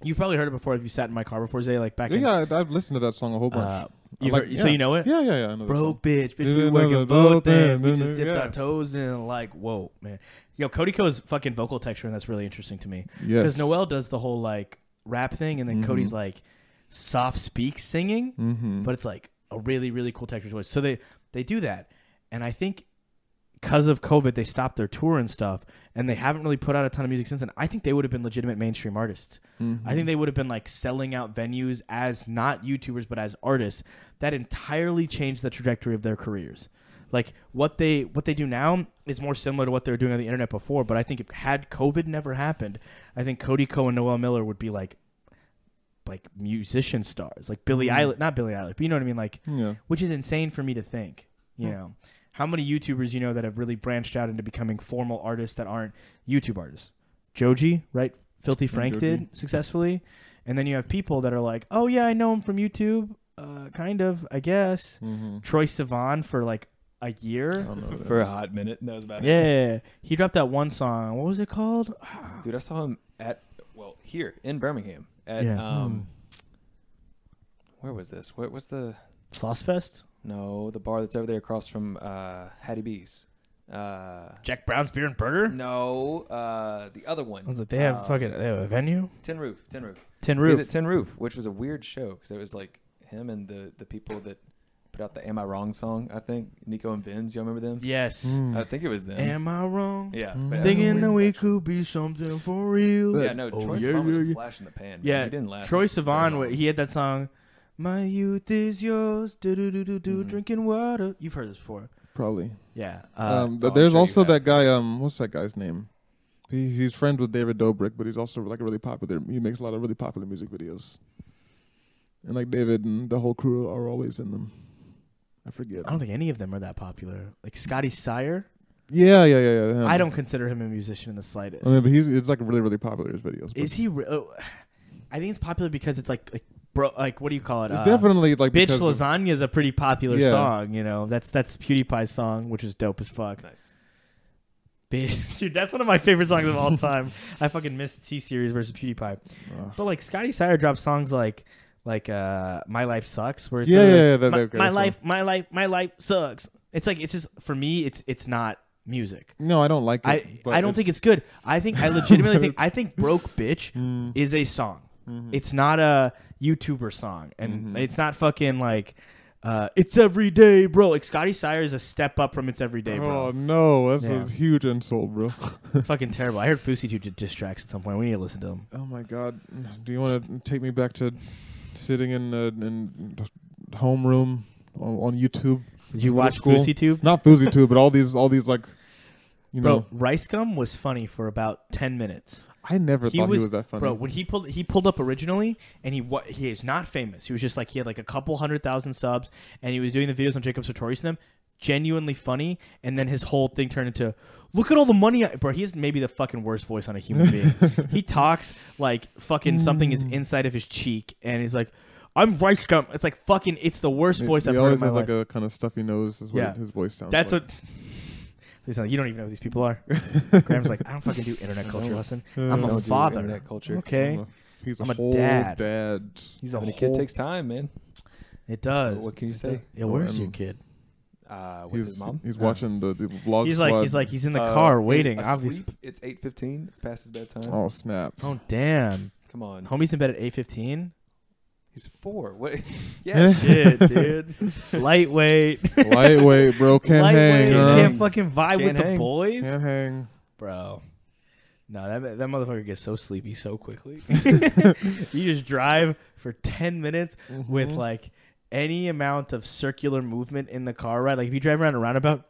A: You've probably heard it before if you sat in my car before, Zay, like back in
B: yeah, I, I've listened to that song a whole bunch.
A: uh,
B: I
A: you've
B: like-
A: heard- so you know it?
B: Yeah, yeah, yeah. I know that
A: Bro,
B: song.
A: bitch, bitch,
B: Yeah,
A: we
B: no,
A: working
B: no,
A: both
B: both
A: ends. We
B: ends,
A: just
B: no,
A: dipped
B: yeah.
A: our toes in, like, whoa, man. Yo, Cody Co's fucking vocal texture, and that's really interesting to me. Because
B: Yes.
A: Noel does the whole, like, rap thing, and then
B: Mhm.
A: Cody's, like, soft speak singing,
B: Mm-hmm.
A: but it's, like, a really, really cool texture voice. So they, they do that. And I think because of COVID, they stopped their tour and stuff, and they haven't really put out a ton of music since then. I think they would have been legitimate mainstream artists.
B: Mm-hmm.
A: I think they would have been like selling out venues as not YouTubers but as artists. That entirely changed the trajectory of their careers. Like what they what they do now is more similar to what they were doing on the internet before. But I think if had COVID never happened, I think Cody Coe and Noel Miller would be like like musician stars, like Billie
B: Mhm.
A: Eilish, not Billie Eilish, but you know what I mean, like
B: Yeah.
A: which is insane for me to think. You
B: Hmm.
A: know, how many YouTubers you know that have really branched out into becoming formal artists that aren't YouTube artists? Joji, right? Filthy Frank
B: Joji.
A: did successfully, and then you have people that are like, "Oh yeah, I know him from YouTube, uh, kind of, I guess."
B: Mm-hmm.
A: Troy Sivan for like a year.
C: for a hot minute, that was about it.
A: Yeah, he dropped that one song. What was it called?
C: Dude, I saw him at well here in Birmingham at
A: Yeah. Hmm.
C: um, where was this? What was the
A: Sauce Fest.
C: No, the bar that's over there across from uh, Hattie B's. Uh,
A: Jack Brown's beer and burger.
C: no, uh, the other one.
A: I was like, they have
C: Uh,
A: fucking they have a venue.
C: Tin Roof. Tin Roof.
A: Tin
C: He was
A: Roof.
C: at Tin Roof, which was a weird show because it was like him and the the people that put out the "Am I Wrong" song. I think Nico and Benz. Y'all remember them?
A: yes.
B: Mm.
C: I think it was them.
A: Am I wrong?
C: yeah.
B: Mm.
C: but it was a
A: Thinking that
C: weird
A: we
C: production.
A: could be something for real.
C: Yeah, no.
A: Oh,
C: Troy
A: yeah,
C: Sivan
A: yeah,
C: was
A: yeah.
C: a flash in the pan. man.
A: Yeah,
C: he didn't last.
A: Troy
C: very
A: Sivan,
C: long.
A: wh- he had that song, "My youth is yours, do do do do do,
C: Mhm.
A: drinking water." You've heard this before,
B: Probably.
A: yeah. Uh,
B: Um,
C: oh,
B: but
C: I'm
B: there's
C: sure you
B: also
C: have.
B: that guy. Um, what's that guy's name? He's he's friends with David Dobrik, but he's also like really popular. He makes a lot of really popular music videos. And like David and the whole crew are always in them. I forget.
A: I don't think any of them are that popular. Like Scotty Sire,
B: yeah, yeah, yeah, yeah. him.
A: I don't consider him a musician in the slightest.
B: I mean, but he's it's like really really popular his videos. but-
A: is he? Re- oh, I think it's popular because it's like, like bro, like what do you call it?
B: It's
A: Uh,
B: definitely like
A: Bitch
B: because of-
A: lasagna is a pretty popular
B: Yeah.
A: song, you know. That's that's PewDiePie's song, which is dope as fuck.
C: Nice.
A: Bitch, dude, that's one of my favorite songs of all time. I fucking missed T Series versus PewDiePie.
B: Ugh.
A: But like Scotty Sire drops songs like like uh My Life Sucks where it's
B: Yeah,
A: literally
B: yeah,
A: like,
B: yeah, that-
A: my,
B: okay,
A: my
B: that's
A: life my life my life sucks. It's like it's just for me it's it's not music.
B: no, I don't like it.
A: I
B: but
A: I don't think it's good. I think I legitimately think I think Broke Bitch
B: Mm,
A: is a song.
B: mhm.
A: It's not a YouTuber song and
B: Mhm.
A: it's not fucking like uh, it's everyday, bro. Like Scotty Sire is a step up from it's everyday, bro.
B: Oh no, that's
A: Yeah.
B: a huge insult, bro.
A: Fucking terrible. I heard Fousey Tube did diss tracks at some point. We need to listen to them.
B: Oh my God! Do you want to take me back to sitting in uh, in homeroom on, on YouTube?
A: Did you
B: Middle
A: watch
B: school?
A: Fousey Tube?
B: Not Foozy Tube, but all these all these like, you
A: bro,
B: know,
A: Rice Gum was funny for about ten minutes.
B: I never
A: he
B: thought
A: was-
B: he was that funny.
A: Bro, when he pulled he pulled up originally, and he what he is not famous. He was just like he had like a couple hundred thousand subs, and he was doing the videos on Jacob Sartorius and them. Genuinely funny, and then his whole thing turned into, "Look at all the money, I, bro." He has maybe the fucking worst voice on a human being. he talks like fucking something
B: Mm.
A: is inside of his cheek, and he's like, "I'm rice gum." It's like fucking, it's the worst
B: he,
A: voice
B: he
A: I've heard in
B: always
A: my
B: has
A: life.
B: like a kind of stuffy nose. Is what
A: Yeah.
B: his voice sounds.
A: That's
B: like.
A: what. They sound like, you don't even know who these people are. Graham's like, I don't fucking do internet culture, Husson. I'm
C: Don't
A: a
C: do
A: father.
C: internet culture.
A: Okay.
B: I'm a- he's a
A: I'm a
B: whole
A: dad.
B: dad.
A: He's a
C: Having
A: whole,
C: a kid takes time, man.
A: It does.
C: What can you
A: It
C: say?
A: does. Yeah, where's
B: Um,
A: your kid?
C: Uh, with
B: He's
C: his mom.
B: he's
A: Oh.
B: watching the, the vlog.
A: He's
B: squad.
A: like he's like he's in the
C: Uh,
A: car
C: in-
A: waiting.
C: asleep.
A: Obviously.
C: It's eight fifteen. It's past his bedtime.
B: oh snap.
A: Oh damn.
C: Come on.
A: Homie's in bed at eight fifteen.
C: He's four. What? Yes.
A: Shit, dude. Lightweight.
B: Lightweight, bro. Can't
A: Lightweight.
B: hang. huh?
A: Can't fucking vibe with
C: Can't
A: the
C: hang.
A: boys,
B: Can't hang.
A: bro. No, that that motherfucker gets so sleepy so quickly. you just drive for ten minutes with
B: Mhm.
A: like any amount of circular movement in the car ride. Like if you drive around a roundabout,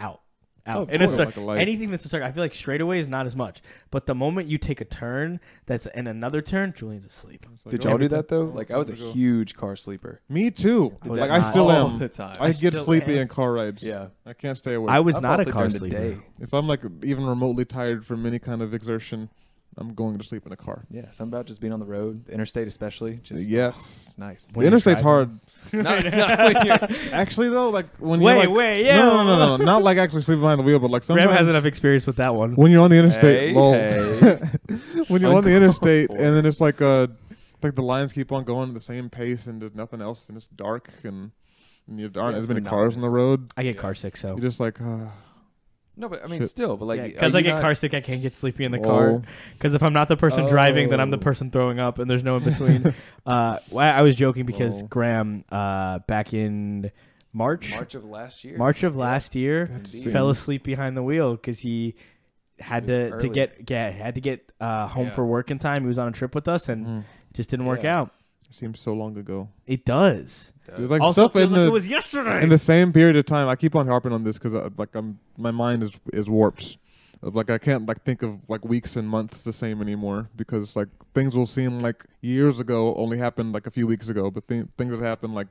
A: out,
C: Oh,
A: out.
C: of
A: In a
C: course.
A: cir-
B: Like a light.
A: anything that's a circle, I feel like straightaway is not as much. But the moment you take a turn that's in another turn, Julian's asleep.
B: It's like,
C: Did
B: oh,
C: y'all do
B: everything-
C: that though?
B: oh,
C: Like I was a
B: there we go.
C: huge car sleeper.
B: Me too.
A: I was
B: like I
A: not.
B: still
C: all
B: am.
C: the time.
B: I get
A: still
B: sleepy
A: am.
B: in car rides.
C: yeah.
B: I can't stay awake.
A: I was
C: I fall
A: not a
C: asleep
A: car
C: during the
A: sleeper.
C: day.
B: if I'm like even remotely tired from any kind of exertion, I'm going to sleep in a car.
C: Yeah. Something about just being on the road, the interstate especially. Just
B: yes.
C: it's nice.
A: When
B: the
A: you're
B: interstate's
A: driving.
B: hard.
C: not, not when you're,
B: Actually though, like when
A: Wait,
B: you're like,
A: wait, yeah.
B: No, no, no, no, no. Not like actually sleeping behind the wheel, but like
A: Graham
B: sometimes
A: has enough experience with that one.
B: when you're on the interstate,
C: Hey,
B: lol.
C: hey.
B: when you're on the interstate
C: Uncalled for.
B: and then it's like uh like the lines keep on going at the same pace and there's nothing else and it's dark and, and there aren't
C: Yeah,
B: as
C: it's
B: many cars on the
C: monotonous.
B: road.
A: I get car sick, so
B: You're just like uh,
C: No, but I mean
B: Shit.
C: still. But like
A: because
C: are
A: I
C: you
A: get
C: not-
A: car sick, I can't get sleepy in the
B: lol.
A: car. Because if I'm not the person driving, then I'm the
C: Oh.
A: person throwing up, and there's no in between. uh, well, I was joking because
B: Oh.
A: Graham, uh, back in March, March,
C: March of last year.
A: of last year,
B: That's
C: Indeed.
B: sick.
A: fell asleep behind the wheel because he had
C: It was
A: to, to
C: early.
A: get get had to get uh, home
C: Yeah.
A: for work in time. He was on a trip with us, and
B: Mm.
A: it just didn't work
C: Yeah.
A: out.
B: It seems so long ago.
A: It does.
C: Does.
B: There's like
A: also,
B: stuff
A: feels
B: in
A: like
B: the
A: it was yesterday.
B: in the same period of time. I keep on harping on this because like I'm my mind is is warped. Of, Like I can't like think of like weeks and months the same anymore because like things will seem like years ago only happened like a few weeks ago, but th- things that happened like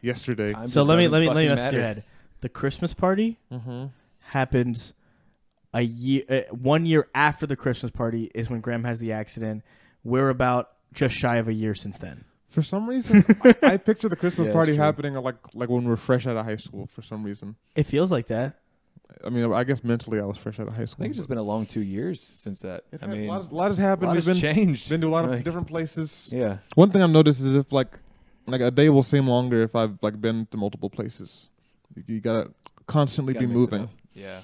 B: yesterday.
C: Time
A: Oh, so
C: just
A: let me
C: doesn't
A: let me let me
C: fucking
A: mess with your
C: matter.
A: head. The Christmas party
B: Mm-hmm.
A: happens a year uh, one year after the Christmas party is when Graham has the accident. We're about just shy of a year since then.
B: For some reason, I, I picture the Christmas
C: Yeah, it's
B: party
C: true.
B: happening uh, like like when we're fresh out of high school. For some reason,
A: It feels like that.
B: I mean, I guess mentally I was fresh out of high
C: I
B: school.
C: think it's just
B: but
C: been a long two years since that.
B: it
C: I
B: had-
C: mean,
B: a lot, has- a lot has happened.
C: lot
B: We've
C: has
B: been
C: changed.
B: been to a lot of
C: Like,
B: different places.
C: Yeah.
B: One thing I've noticed is if like like a day will seem longer if I've like been to multiple places. You, you gotta constantly
C: Gotta
B: be
C: mix it
B: moving.
C: up. Yeah.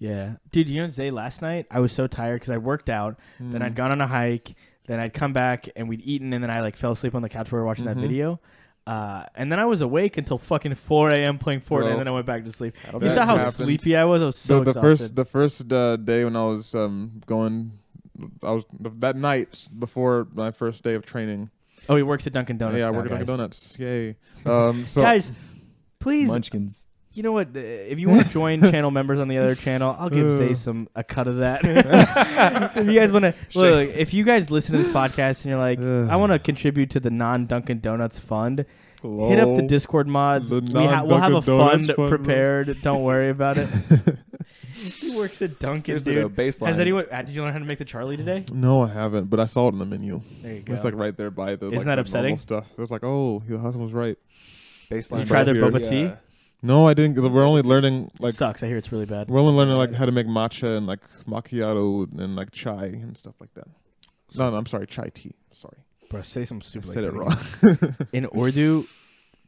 A: Yeah, dude. You know, say last night I was so tired because I worked out.
B: Mm.
A: Then
B: Hmm.
A: I'd gone on a hike. Then I'd come back and we'd eaten, and then I like fell asleep on the couch where we were watching
B: Mhm.
A: that video. Uh, and then I was awake until fucking 4 a.m. playing Fortnite,
B: Bro.
A: and then I went back to sleep.
C: That'll
A: You
B: be
A: saw
B: nice.
A: how
B: Happens.
A: sleepy I was. I was so
B: So the
A: exhausted.
B: first the first uh, day when I was um, going, I was that night before my first day of training.
A: oh, he works at Dunkin' Donuts.
B: yeah, I
A: now,
B: work at
A: guys.
B: Dunkin' Donuts. Yay! Um, so
A: guys, please,
C: Munchkins.
A: you know what? uh, If you want to join channel members on the other channel, I'll give Zay some a cut of that. if you guys want to look, if you guys listen to this podcast and you're like, I want to contribute to the non Dunkin' Donuts fund, hit up the Discord mods.
B: The
A: we ha- we'll have a
B: non-Dunkin'
A: fund
B: Donuts fund.
A: prepared. Don't worry about it. he works at Dunkin',
C: Seriously
A: dude.
C: though, baseline.
A: Has anyone? uh, Did you learn how to make the Charlie today?
B: No, I haven't, but I saw it in the menu.
A: There you go.
B: It's like right there by the.
A: Isn't
B: like,
A: that
B: the
A: upsetting?
B: normal Stuff. It was like, oh, the husband was right.
C: baseline?
A: You try their
B: Beer.
A: boba tea?
C: Yeah.
B: No, I didn't. Cause we're only learning like
A: it sucks. I hear it's really bad.
B: we're only learning like how to make matcha and like macchiato and like chai and stuff like that. No, no, I'm sorry, chai tea. Sorry,
A: Bro, say something stupid.
B: I
A: like
B: said it
A: that
B: wrong.
A: in Urdu,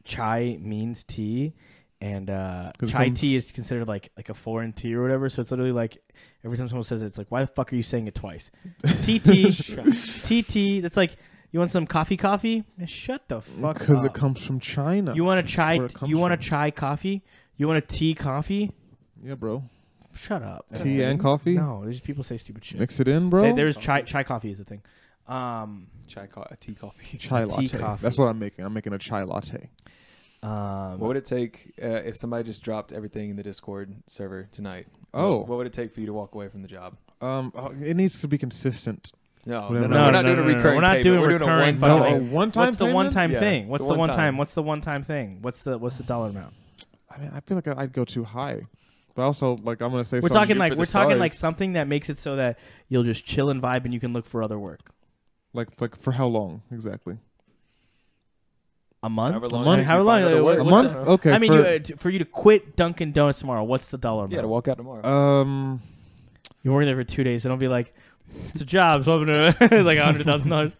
A: chai means tea, and uh,
B: 'Cause it
A: chai
B: comes-
A: tea is considered like like a foreign tea or whatever. So it's literally like every time someone says it, it's like, why the fuck are you saying it twice? Tea tea tea tea. That's like you want some coffee coffee? Man, Shut the fuck
B: Because it
A: up.
B: comes from China.
A: you want a chai?
B: where it comes
A: You want a
B: from.
A: chai coffee? You want a tea coffee?
B: yeah, bro.
A: Shut up.
C: That's
B: Tea
C: a
B: and
C: thing.
B: coffee.
A: No, there's people say stupid shit.
B: Mix it in, bro.
A: They, there's chai chai coffee is a thing. Um,
C: Chai co-
B: uh,
C: a tea coffee.
B: chai
A: tea
B: latte.
A: coffee.
B: That's what I'm making. I'm making a chai latte.
A: um,
C: What would it take uh, if somebody just dropped everything in the Discord server tonight?
B: Oh.
C: What, what would it take for you to walk away from the job?
B: Um, oh, it needs to be consistent.
C: No,
B: Whatever.
C: no, no,
B: No, no,
C: we're not doing a recurring.
A: We're not
C: payment.
A: doing
C: we're
A: recurring.
C: Doing a
A: fucking
B: No,
C: one
A: thing.
B: a one-time
A: What's the
B: payment?
A: one time
C: Yeah,
A: thing? What's
C: the
A: the,
C: one
A: one
C: time.
A: time? What's the one time thing? What's the what's the dollar amount?
B: I mean, I feel like I'd go too high, but also like I'm gonna say
A: We're
B: something-
A: talking
C: shoot
A: like
C: for
A: we're
C: the
A: talking like
C: stars.
A: something that makes it so that you'll just chill and vibe and you can look for other work.
B: like like for how long exactly?
A: A month.
C: However
A: A
C: long
B: it
A: month?
B: takes
A: How
C: you
A: long?
C: find other
A: what-
C: work.
B: A
A: what's
B: month?
A: the-
B: Okay.
A: I mean,
B: for,
A: you, uh, t- for you to quit Dunkin' Donuts tomorrow, what's the dollar amount?
C: Yeah, to walk out tomorrow.
B: Um,
A: You're working there for two days, and I'll be like, it's a job, so I'm gonna it's like hundred thousand dollars,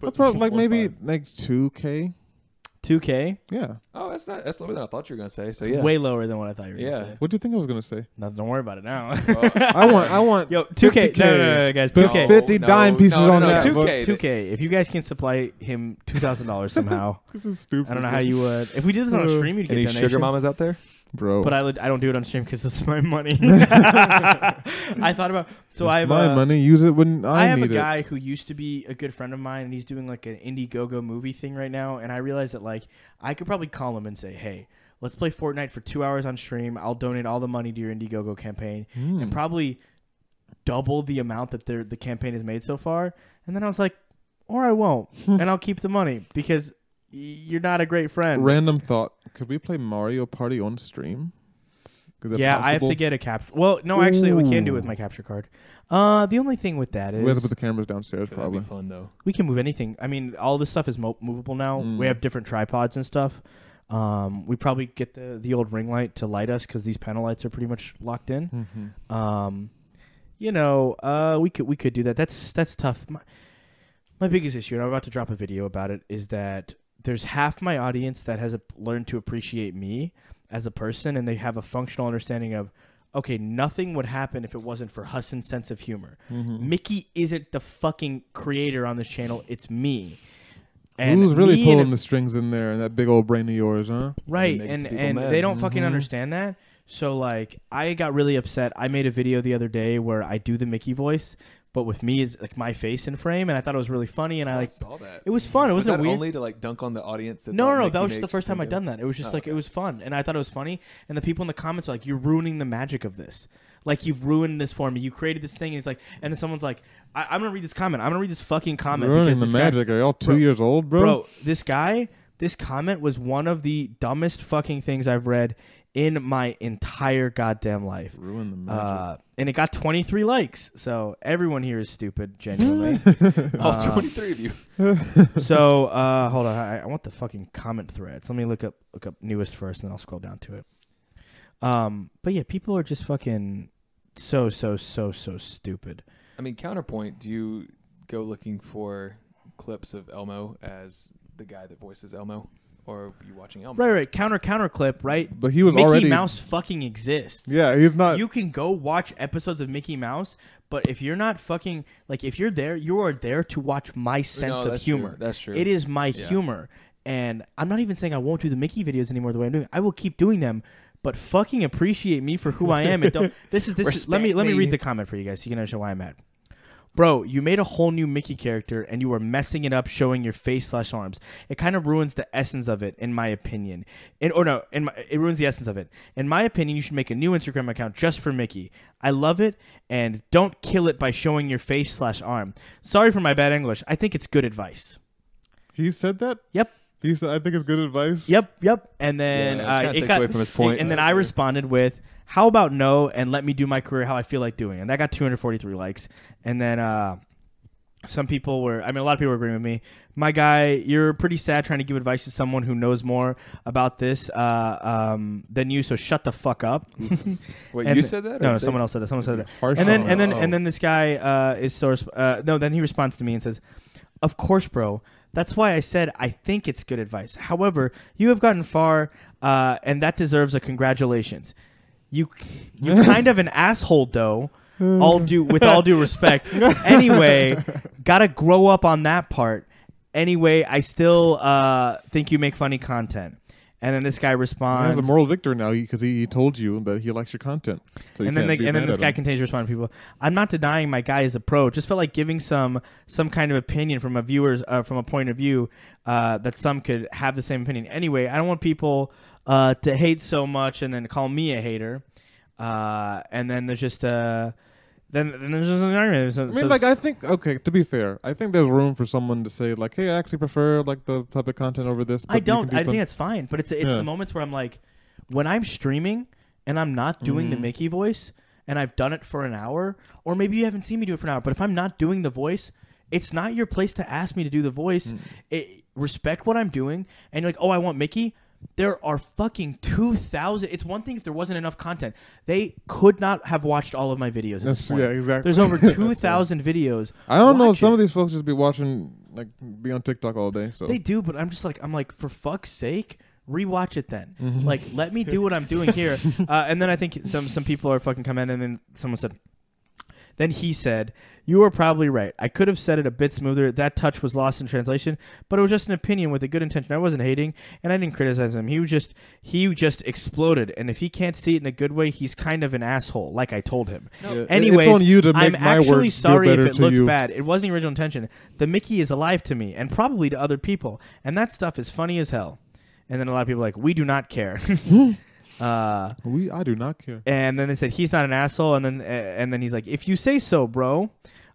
B: that's probably like maybe like two k.
A: two k,
B: Yeah.
C: Oh, that's not. That's lower than I thought you were gonna say. So yeah.
A: way lower than what I thought you were
C: Yeah.
A: gonna say.
B: What do you think I was gonna say?
A: No, don't worry about it now.
B: I want I want
A: Yo, two k, no, no, no, no, guys, two k,
C: No,
B: fifty dime pieces
C: no, no,
B: on
C: no,
B: that.
C: two
B: book.
C: K.
A: two k. If you guys can supply him two thousand dollars somehow,
B: This is stupid.
A: I don't know how you would. If we did this on a stream, you'd get
C: Any
A: donations.
C: sugar mamas out there?
B: bro.
A: But I, li- I don't do it on stream because this is my money. I thought about so
B: It's
A: I have
B: my
A: a,
B: money. Use it when I,
A: I have a
B: need it.
A: guy who used to be a good friend of mine, and he's doing like an Indiegogo movie thing right now. And I realized that like I could probably call him and say, "Hey, let's play Fortnite for two hours on stream. I'll donate all the money to your Indiegogo campaign,
B: Hmm.
A: and probably double the amount that their the campaign has made so far." And then I was like, "Or I won't, and I'll keep the money because y- you're not a great friend."
B: Random thought: Could we play Mario Party on stream? Is that
A: yeah, I have
B: possible?
A: to get a capture. Well, no, actually, we can do it with
B: Ooh.
A: my capture card. Uh, the only thing with that is
B: We have to put the cameras downstairs,
C: That'd
B: probably.
C: be fun though.
A: we can move anything. I mean, all this stuff is mo- movable now. We
B: Mm.
A: have different tripods and stuff. Um, we probably get the the old ring light to light us because these panel lights are pretty much locked in.
B: Mm-hmm.
A: Um, you know, uh, we could we could do that. That's that's tough. My, my biggest issue, and I'm about to drop a video about it, is that there's half my audience that has a, learned to appreciate me as a person, and they have a functional understanding of, okay, nothing would happen if it wasn't for Hussen's sense of humor.
B: Mm-hmm.
A: Mickey isn't the fucking creator on this channel; it's me.
B: Who's really
A: me and-
B: pulling the strings in there and that big old brain of yours, huh?
A: right
C: makes
A: and
C: people
A: and
C: mad.
A: they don't fucking
B: Mhm.
A: understand that so like i got really upset i made a video the other day where i do the mickey voice but with me is like my face in frame and i thought it was really funny and i like
C: saw that.
A: it was fun it
C: was
A: wasn't
C: that
A: weird
C: only to like dunk on the audience?
A: no, no, no. That was just the first time I'd done that. It was just
C: Oh,
A: like it
C: okay.
A: was fun, and I thought it was funny. And the people in the comments are like, "You're ruining the magic of this. Like you've ruined this for me. You created this thing." And it's like, and then someone's like, I- "I'm gonna read this comment. I'm gonna read this fucking comment."
B: Ruining
A: because
B: the
A: this guy-
B: magic. Are y'all two
A: Bro-
B: years old, bro?
A: bro. this guy, this comment was one of the dumbest fucking things I've read in my entire goddamn life.
B: Ruin the magic.
A: Uh, and it got 23 likes. So everyone here is stupid, genuinely. Uh,
C: All 23 Oh, of you.
A: so uh, hold on, I, I want the fucking comment threads. Let me look up look up newest first, and then I'll scroll down to it. Um, but yeah, people are just fucking so so so so stupid.
C: I mean, counterpoint. Do you go looking for clips of Elmo as the guy that voices Elmo, or are you watching Elmo?
A: Right, right. Counter counter clip, right?
B: But he was
A: Mickey
B: already-
A: Mouse fucking exists.
B: Yeah, he's not.
A: You can go watch episodes of Mickey Mouse, but if you're not fucking like if you're there, you are there to watch my sense of
C: that's true.
A: humor.
C: That's true.
A: It is my humor. And I'm not even saying I won't do the Mickey videos anymore the way I'm doing. I will keep doing them, but fucking appreciate me for who I am and don't this is this is, let me
C: Respect
A: let me
C: me.
A: read the comment for you guys so you can understand why I'm mad. Bro, you made a whole new Mickey character and you are messing it up showing your face slash arms. It kind of ruins the essence of it, in my opinion. In, or no, in my, it ruins the essence of it. In my opinion, you should make a new Instagram account just for Mickey. I love it and don't kill it by showing your face slash arm. Sorry for my bad English. I think it's good advice.
B: he said that.
A: Yep.
B: He said, "I think it's good advice."
A: Yep, yep. And then
C: Yeah, it
A: uh,
C: kinda
A: it
C: takes
A: got
C: away from his point.
A: And then I responded with, "How about no?" And let me do my career how I feel like doing. it." And that got 243 likes. And then uh, some people were, I mean, a lot of people were agreeing with me. My guy, you're pretty sad trying to give advice to someone who knows more about this uh, um, than you. So shut the fuck up.
C: Wait,
A: And-
C: you said that? or
A: No, no,
C: they-
A: someone else said that. Someone said that.
B: Harsh
A: And then
B: on
A: and then
B: him.
A: and then this guy uh, is so resp- uh, no. Then he responds to me and says, "Of course, bro. That's why I said I think it's good advice. However, you have gotten far, uh, and that deserves a congratulations. You you kind of an asshole, though. All due with all due respect. anyway, gotta grow up on that part. Anyway, I still uh, think you make funny content. And then this guy
B: Oh. He
A: responds.
B: has a moral victor now because he, he told you that he likes your content. So you
A: and then
B: can't
A: they,
B: be
A: and then
B: mad
A: this
B: at
A: guy
B: him.
A: continues to respond to people. I'm not denying my guy's approach. Just felt like giving some some kind of opinion from a viewer's uh, from a point of view uh, that some could have the same opinion. Anyway, I don't want people uh, to hate so much and then call me a hater. Uh, and then there's just uh, then, then there's just an argument. So-
B: I mean,
A: so-
B: like, I think okay. To be fair, I think there's room for someone to say like, "Hey, I actually prefer like the public content over this." but
A: I
B: you can
A: don't.
B: do
A: I think
B: some-
A: that's fine. But it's it's
B: Yeah.
A: the moments where I'm like, when I'm streaming and I'm not doing
B: Mm.
A: the Mickey voice, and I've done it for an hour, or maybe you haven't seen me do it for an hour. But if I'm not doing the voice, it's not your place to ask me to do the voice.
B: Mm.
A: It, respect what I'm doing, and you're like, oh, I want Mickey. There are fucking two thousand. It's one thing if there wasn't enough content. They could not have watched all of my videos. At this
B: Mm. That's-
A: point.
B: yeah, exactly.
A: There's over two thousand videos.
B: I don't know.
A: Watch
B: if Some
A: it.
B: of these folks just be watching like be on TikTok all day. So
A: They do, but I'm just like I'm like for fuck's sake, rewatch it then. Like let me do what I'm doing here. uh, and then I think some some people are fucking coming in, and then someone said. Then he said, "You were probably right. I could have said it a bit smoother. That touch was lost in translation, but it was just an opinion with a good intention. I wasn't hating, and I didn't criticize him. He was just he just exploded. And if he can't see it in a good way, he's kind of an asshole, like I told him.
B: Yeah, it-
A: Anyways,
B: it's on you to make
A: I'm
B: my
A: actually
B: words feel
A: sorry if
B: better
A: it
B: to
A: looked
B: you.
A: bad. It wasn't the original intention. The Mickey is alive to me and probably to other people, and that stuff is funny as hell. And then a lot of people are like, we do not care.
B: Hmm.
A: uh,
B: we, I do not care.
A: and then they said he's not an asshole, and then uh, and then he's like, if you say so, bro.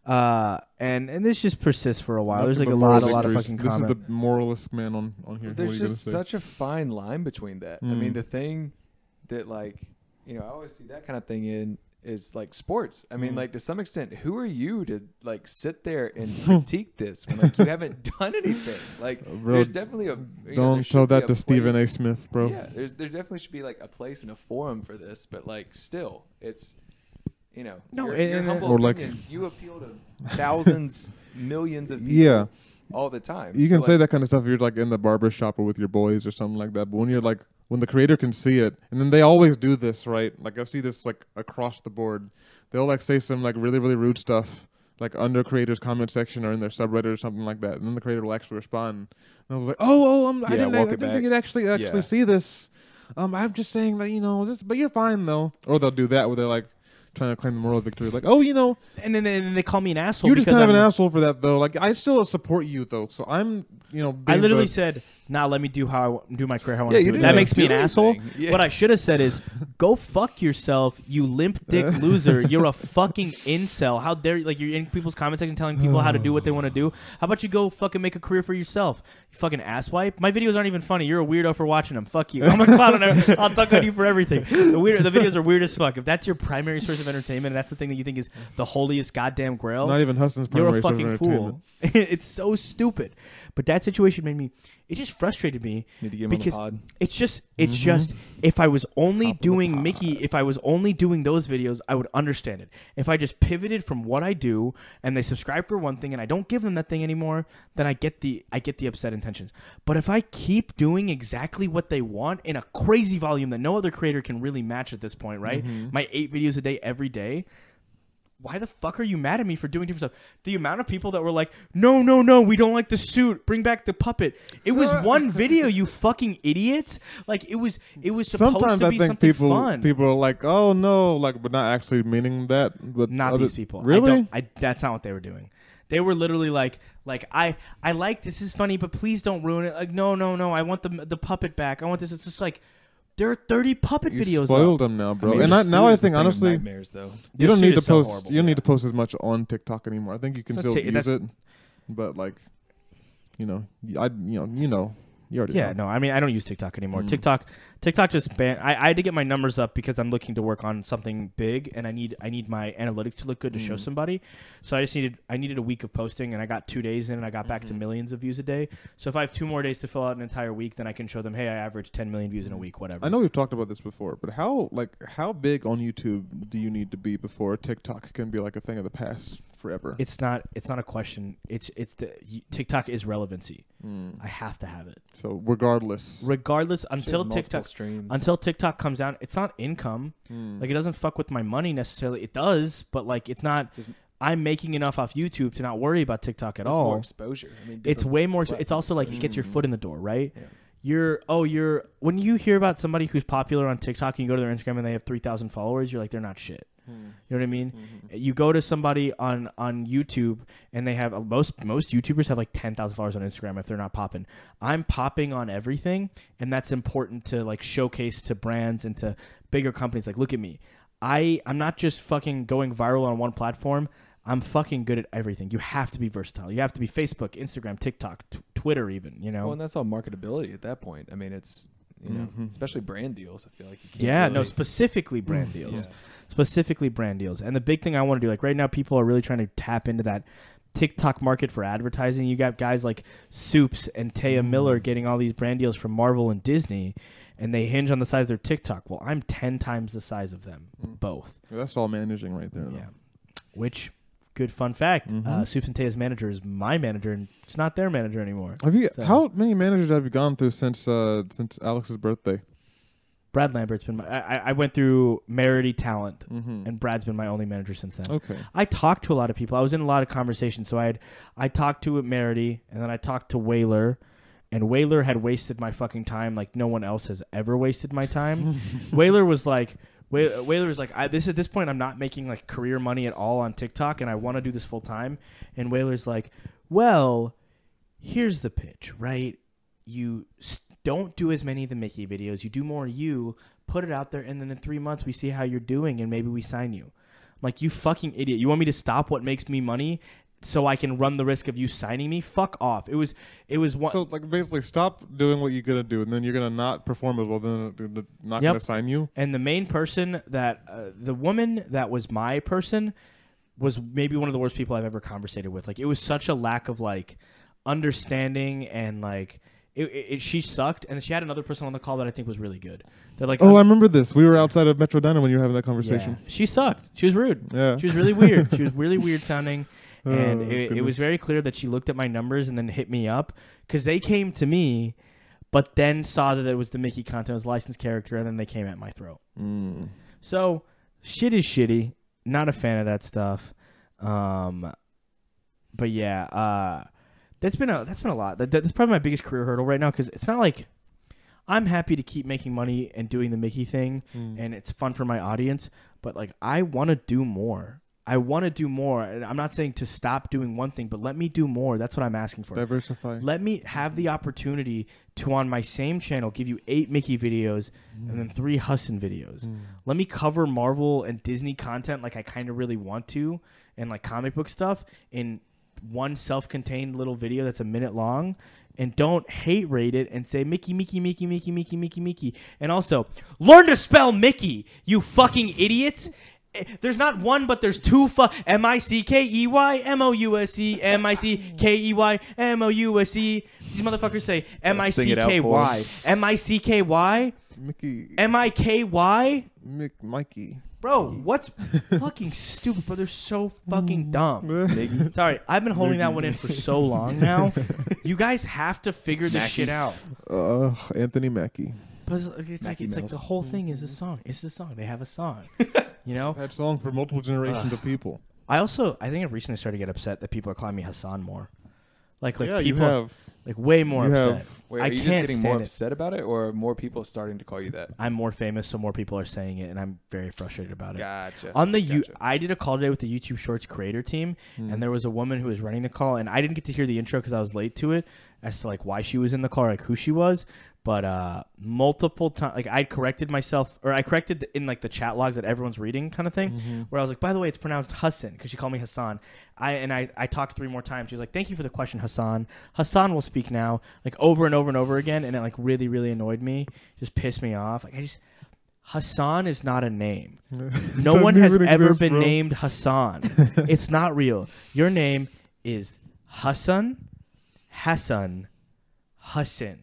A: Uh, and and this just persists for a while. There's like a
B: Nothing but moral
A: lot, a lot of
B: victories.
A: fucking
B: This
A: comments.
B: is the moralist man on on here. what
C: There's
B: are you
C: just
B: gonna say?
C: such a fine line between that. I mean,
B: Mm.
C: the thing that like you know, I always see that kind of thing in is like sports. I
B: Hmm.
C: mean, like to some extent, who are you to like sit there and critique this when like you haven't done anything? Like
B: Uh, bro,
C: there's definitely a you know, there
B: Don't
C: should
B: tell
C: be
B: that
C: a
B: to Stephen A.
C: place-
B: Smith, bro.
C: Yeah, there's there definitely should be like a place and a forum for this, but like still, it's you know,
A: No,
C: your,
A: and-
C: your
A: and-
C: humble
B: Or, like-
C: opinion, you appeal to thousands, millions of people,
B: Yeah.
C: all the time.
B: You can
C: So,
B: say
C: like,
B: that kind of stuff if you're like in the barber shop or with your boys or something like that. But when you're like when the creator can see it, and then they always do this, right? Like I see this like across the board. They'll like say some like really really rude stuff like under creators comment section or in their subreddit or something like that, and then the creator will actually respond. And they'll be like, "Oh, oh, um, I
C: Yeah,
B: didn't, I
C: walk it
B: didn't
C: back.
B: think you'd actually actually
C: Yeah.
B: see this. Um, I'm just saying that you know, this, but you're fine though." Or they'll do that where they're like trying to claim the moral victory, like, "Oh, you know,
A: and then and then they call me an asshole.
B: you're just
A: because
B: kind of
A: I'm-
B: an asshole for that though. Like I still support you though, so I'm you know.
A: I
B: being
A: literally
B: the-
A: said, "Nah, let me do how I wa- do my career how I want
C: Yeah,
A: to
C: you
A: do it."
C: didn't
A: That
B: really
A: makes me an
C: do
A: asshole.
C: anything. Yeah.
A: What I should have said is, "Go fuck yourself, you limp dick loser. You're a fucking incel. How dare you? Like you're in people's comment section telling people how to do what they want to do. How about you go fucking make a career for yourself? You fucking asswipe. My videos aren't even funny. You're a weirdo for watching them. Fuck you. I'm a clown. And I'll talk on you for everything. The weird, the videos are weird as fuck. If that's your primary source of entertainment, and that's the thing that you think is the holiest goddamn grail,
B: Not even Hudson's
A: you're
B: primary
A: a
B: source of
A: fucking
B: entertainment.
A: fool. it's so stupid. But that's that situation made me. It just frustrated me
C: Need to get him
A: because
C: on the pod.
A: it's just it's just if I was only
C: Mm-hmm. Top of the
A: doing
C: pod.
A: Mickey, if I was only doing those videos, I would understand it. If I just pivoted from what I do and they subscribe for one thing and I don't give them that thing anymore, then I get the I get the upset intentions. But if I keep doing exactly what they want in a crazy volume that no other creator can really match at this point, right?
C: Mm-hmm.
A: My 8 videos a day every day, why the fuck are you mad at me for doing different stuff? The amount of people that were like, no, no, no, we don't like the suit. Bring back the puppet. It was one video, you fucking idiots. Like it was, it was supposed
B: Sometimes
A: to
B: I
A: be
B: think
A: something
B: people
A: fun.
B: people are like, "Oh no," like, but not actually meaning that. But
A: not
B: other-
A: these people. I
B: Really?
A: don't, I, that's not what they were doing. They were literally like, like I, I like this is funny, but please don't ruin it. Like, no, no, no. I want the the puppet back. I want this. It's just like there are thirty puppet
B: you
A: videos. up.
B: spoiled them now, bro.
C: I mean,
B: and
C: the
B: I, now
C: suit
B: I
C: is the
B: think
C: thing of
B: honestly,
C: nightmares though.
B: you
A: The
B: don't
A: suit
B: need to
A: is so
B: post.
A: horrible,
B: you don't
A: yeah.
B: need to post as much on TikTok anymore. I think you can
A: That's
B: still
A: it,
B: use
A: that's-
B: it, but like, you know, I you know you know you already
A: Yeah,
B: know.
A: no, I mean I don't use TikTok
B: Mm.
A: anymore. TikTok, TikTok just banned. I, I had to get my numbers up because I'm looking to work on something big, and I need I need my analytics to look good to show
B: Mm.
A: somebody. So I just needed I needed a week of posting, and I got two days in, and I got back to
B: Mm-hmm.
A: millions of views a day. So if I have two more days to fill out an entire week, then I can show them, hey, I averaged 10 million views in a week, whatever.
B: Mm. I know we've talked about this before, but how like how big on YouTube do you need to be before TikTok can be like a thing of the past forever?
A: it's not it's not a question. It's it's the y- TikTok is relevancy.
B: Mm.
A: I have to have it,
B: So regardless,
A: regardless until
C: She has multiple
A: TikTok
C: streams.
A: until TikTok comes down. It's not income.
B: Mm.
A: Like it doesn't fuck with my money necessarily. It does, but like it's not.
C: Just-
A: I'm making enough off YouTube to not worry about TikTok at
C: It's more
A: all.
C: exposure. I mean,
A: It's
C: different-
A: way more.
C: platform Mm-hmm.
A: It's also like it gets your
B: exposure.
A: foot in the door, right?
C: Yeah.
A: You're oh you're when you hear about somebody who's popular on TikTok and you go to their Instagram and they have three thousand followers, you're like they're not shit.
B: Mm.
A: You know what I mean?
C: Mm-hmm.
B: Mhm.
A: You go to somebody on on YouTube and they have most most YouTubers have like ten thousand followers on Instagram if they're not popping. I'm popping on everything, and that's important to like showcase to brands and to bigger companies. Like, look at me, I I'm not just fucking going viral on one platform. I'm fucking good at everything. You have to be versatile. You have to be Facebook, Instagram, TikTok, t- Twitter, even. You know.
C: Well, and that's all marketability at that point. I mean, it's you know,
B: Mhm.
C: especially brand deals. I feel like you can't
A: yeah, no,
C: really-
A: specifically brand deals.
C: Yeah.
A: specifically brand deals. And the big thing I want to do, like right now, people are really trying to tap into that TikTok market for advertising. You got guys like Soups and Taya Miller getting all these brand deals from Marvel and Disney, and they hinge on the size of their TikTok. Well, I'm 10 times the size of them,
B: Mm.
A: both.
B: That's all managing right there. though.
A: Yeah. Which, good fun fact,
B: Mhm.
A: uh, Soups and Taya's manager is my manager, and it's not their manager anymore.
B: Have you?
A: So-
B: How many managers have you gone through since uh since Alex's birthday?
A: Brad Lambert's been my. I, I- I went through Merity Talent,
B: Mm-hmm.
A: and Brad's been my only manager since then.
B: okay,
A: I talked to a lot of people. I was in a lot of conversations. So I had I talked to Merity and then I talked to Whaler. And Whaler had wasted my fucking time like no one else has ever wasted my time. Whaler was like Wha- Whaler was like I, this at this point I'm not making like career money at all on TikTok and I want to do this full time. And Whaler's like, "Well, here's the pitch, right? You s- don't do as many of the Mickey videos. You do more you, put it out there and then in 3 months we see how you're doing and maybe we sign you." I'm like, you fucking idiot. You want me to stop what makes me money so I can run the risk of you signing me? Fuck off. It was, it was one.
B: so like basically stop doing what you're gonna do, and then you're gonna not perform as well. Then they're they're not
A: Yep.
B: gonna sign you.
A: and the main person that, uh, the woman that was my person was maybe one of the worst people I've ever conversated with. Like, it was such a lack of like understanding and like, it, it, it- she sucked, and she had another person on the call that I think was really good. They're like,
B: Oh, I remember this. We were outside of Metro Diner when you were having that conversation.
A: Yeah. She sucked. She was rude.
B: Yeah.
A: She was really weird. she was really weird sounding. And
B: Oh,
A: it, it
B: goodness.
A: was very clear that she looked at my numbers and then hit me up because they came to me, but then saw that it was the Mickey content, it was licensed character, and then they came at my throat.
B: Mm.
A: So shit is shitty. Not a fan of that stuff. Um, but yeah, uh, that's been a that's been a lot. That, that's probably my biggest career hurdle right now because it's not like I'm happy to keep making money and doing the Mickey thing
B: Mm.
A: and it's fun for my audience but like i want to do more i want to do more and i'm not saying to stop doing one thing but let me do more that's what i'm asking for
B: diversify.
A: let me have the opportunity to on my same channel give you eight mickey videos and then three huston videos
B: Mm.
A: let me cover marvel and disney content like i kind of really want to and like comic book stuff in one self-contained little video that's a minute long and don't hate rate it and say Mickey, Mickey, Mickey, Mickey, Mickey, Mickey, Mickey. And also, learn to spell Mickey, you fucking idiots. eh, There's not one, but there's two. Fu- M I C K E Y M O U S E M I C K E Y M O U S E. These motherfuckers say M I
C: sing
A: C
C: it out
A: K
C: for 'em.
A: Y M I C K Y
B: Mickey,
A: M I K Y.
B: Mick, Mikey.
A: Bro, what's fucking stupid? But they're so fucking dumb. Sorry, I've been holding that one in for so long now. You guys have to figure this
D: Mackie.
A: shit out.
B: uh, Anthony Mackie.
A: But it's like it's, like,
C: Mackie
A: it's like
C: Mouse.
A: the whole thing is a song. It's a song. They have a song. You know.
B: That song for multiple generations of people.
A: I also I think I've recently started to get upset that people are calling me Hassan more. Like like
B: yeah, you
A: people
B: have.
A: like way more
B: you
A: upset.
B: have-
C: Wait,
A: I
C: are you just
A: can't
C: getting more
A: stand it.
C: upset about it, or are more people starting to call you that?
A: I'm more famous, so more people are saying it, and I'm very frustrated about it.
C: Gotcha.
A: On the U-
C: gotcha.
A: I did a call today with the YouTube Shorts creator team,
B: Hmm.
A: and there was a woman who was running the call, and I didn't get to hear the intro because I was late to it, as to like why she was in the call, like who she was. But uh, multiple times, like I corrected myself, or I corrected in like the chat logs that everyone's reading, kind of thing, where I was like, by the way, it's pronounced Hassan because she called me Hassan. I and I, I talked three more times. She was like, thank you for the question, Hassan. Hassan will speak now, like over and over and over again, and it like really really annoyed me, just pissed me off. Like I just Hassan is not a name.
B: Mm-hmm.
A: No
B: Don't
A: one has
B: even
A: ever
B: exist,
A: been
B: bro.
A: named Hassan. it's not real. Your name is Hassan, Hassan, Hassan.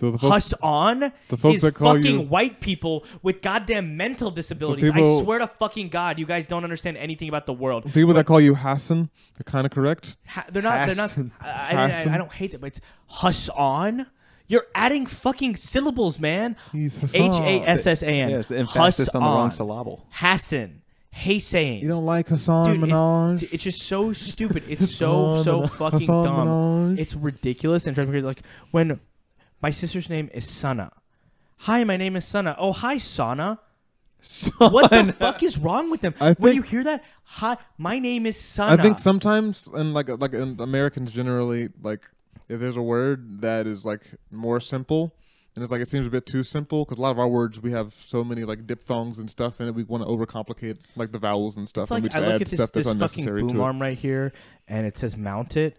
B: So the folks,
A: Hassan
B: the folks
A: is
B: that call
A: fucking
B: you-
A: white people with goddamn mental disabilities.
B: people-
A: I swear to fucking God, you guys don't understand anything about the world.
B: people that call you Hassan are kind of correct.
A: Ha- they're not. They're
C: Hassan.
A: not. I, I, I,
B: Hassan.
A: I don't hate that, but it's Hassan. You're adding fucking syllables, man.
B: He's
A: H
B: Hassan.
A: a s s a n.
C: yeah, it's the emphasis on the wrong syllable.
A: Hassan. Hey saying.
B: You don't like Hassan
A: Dude, it-
B: Minaj?
A: dude, it's just so stupid. It's so
B: Hassan
A: so
B: Minaj.
A: fucking
B: Hassan
A: dumb.
B: Minaj.
A: It's ridiculous and drives me crazy. Like when my sister's name is Sana. Hi, my name is Sana. Oh, hi, Sana. What the fuck is wrong with them?
B: I
A: when you
B: think-
A: hear that, hi, my name is
B: I
A: Sana.
B: think sometimes, and like uh, like in Americans generally, like if there's a word that is like more simple, and it's like it seems a bit too simple because a lot of our words we have so many like diphthongs and stuff, and we want to overcomplicate like the vowels and stuff,
A: It's
B: and we
A: like I
B: just
A: look
B: add
A: at this,
B: stuff
A: this
B: that's
A: fucking
B: unnecessary
A: boom
B: to it.
A: arm right here, and it says mount it.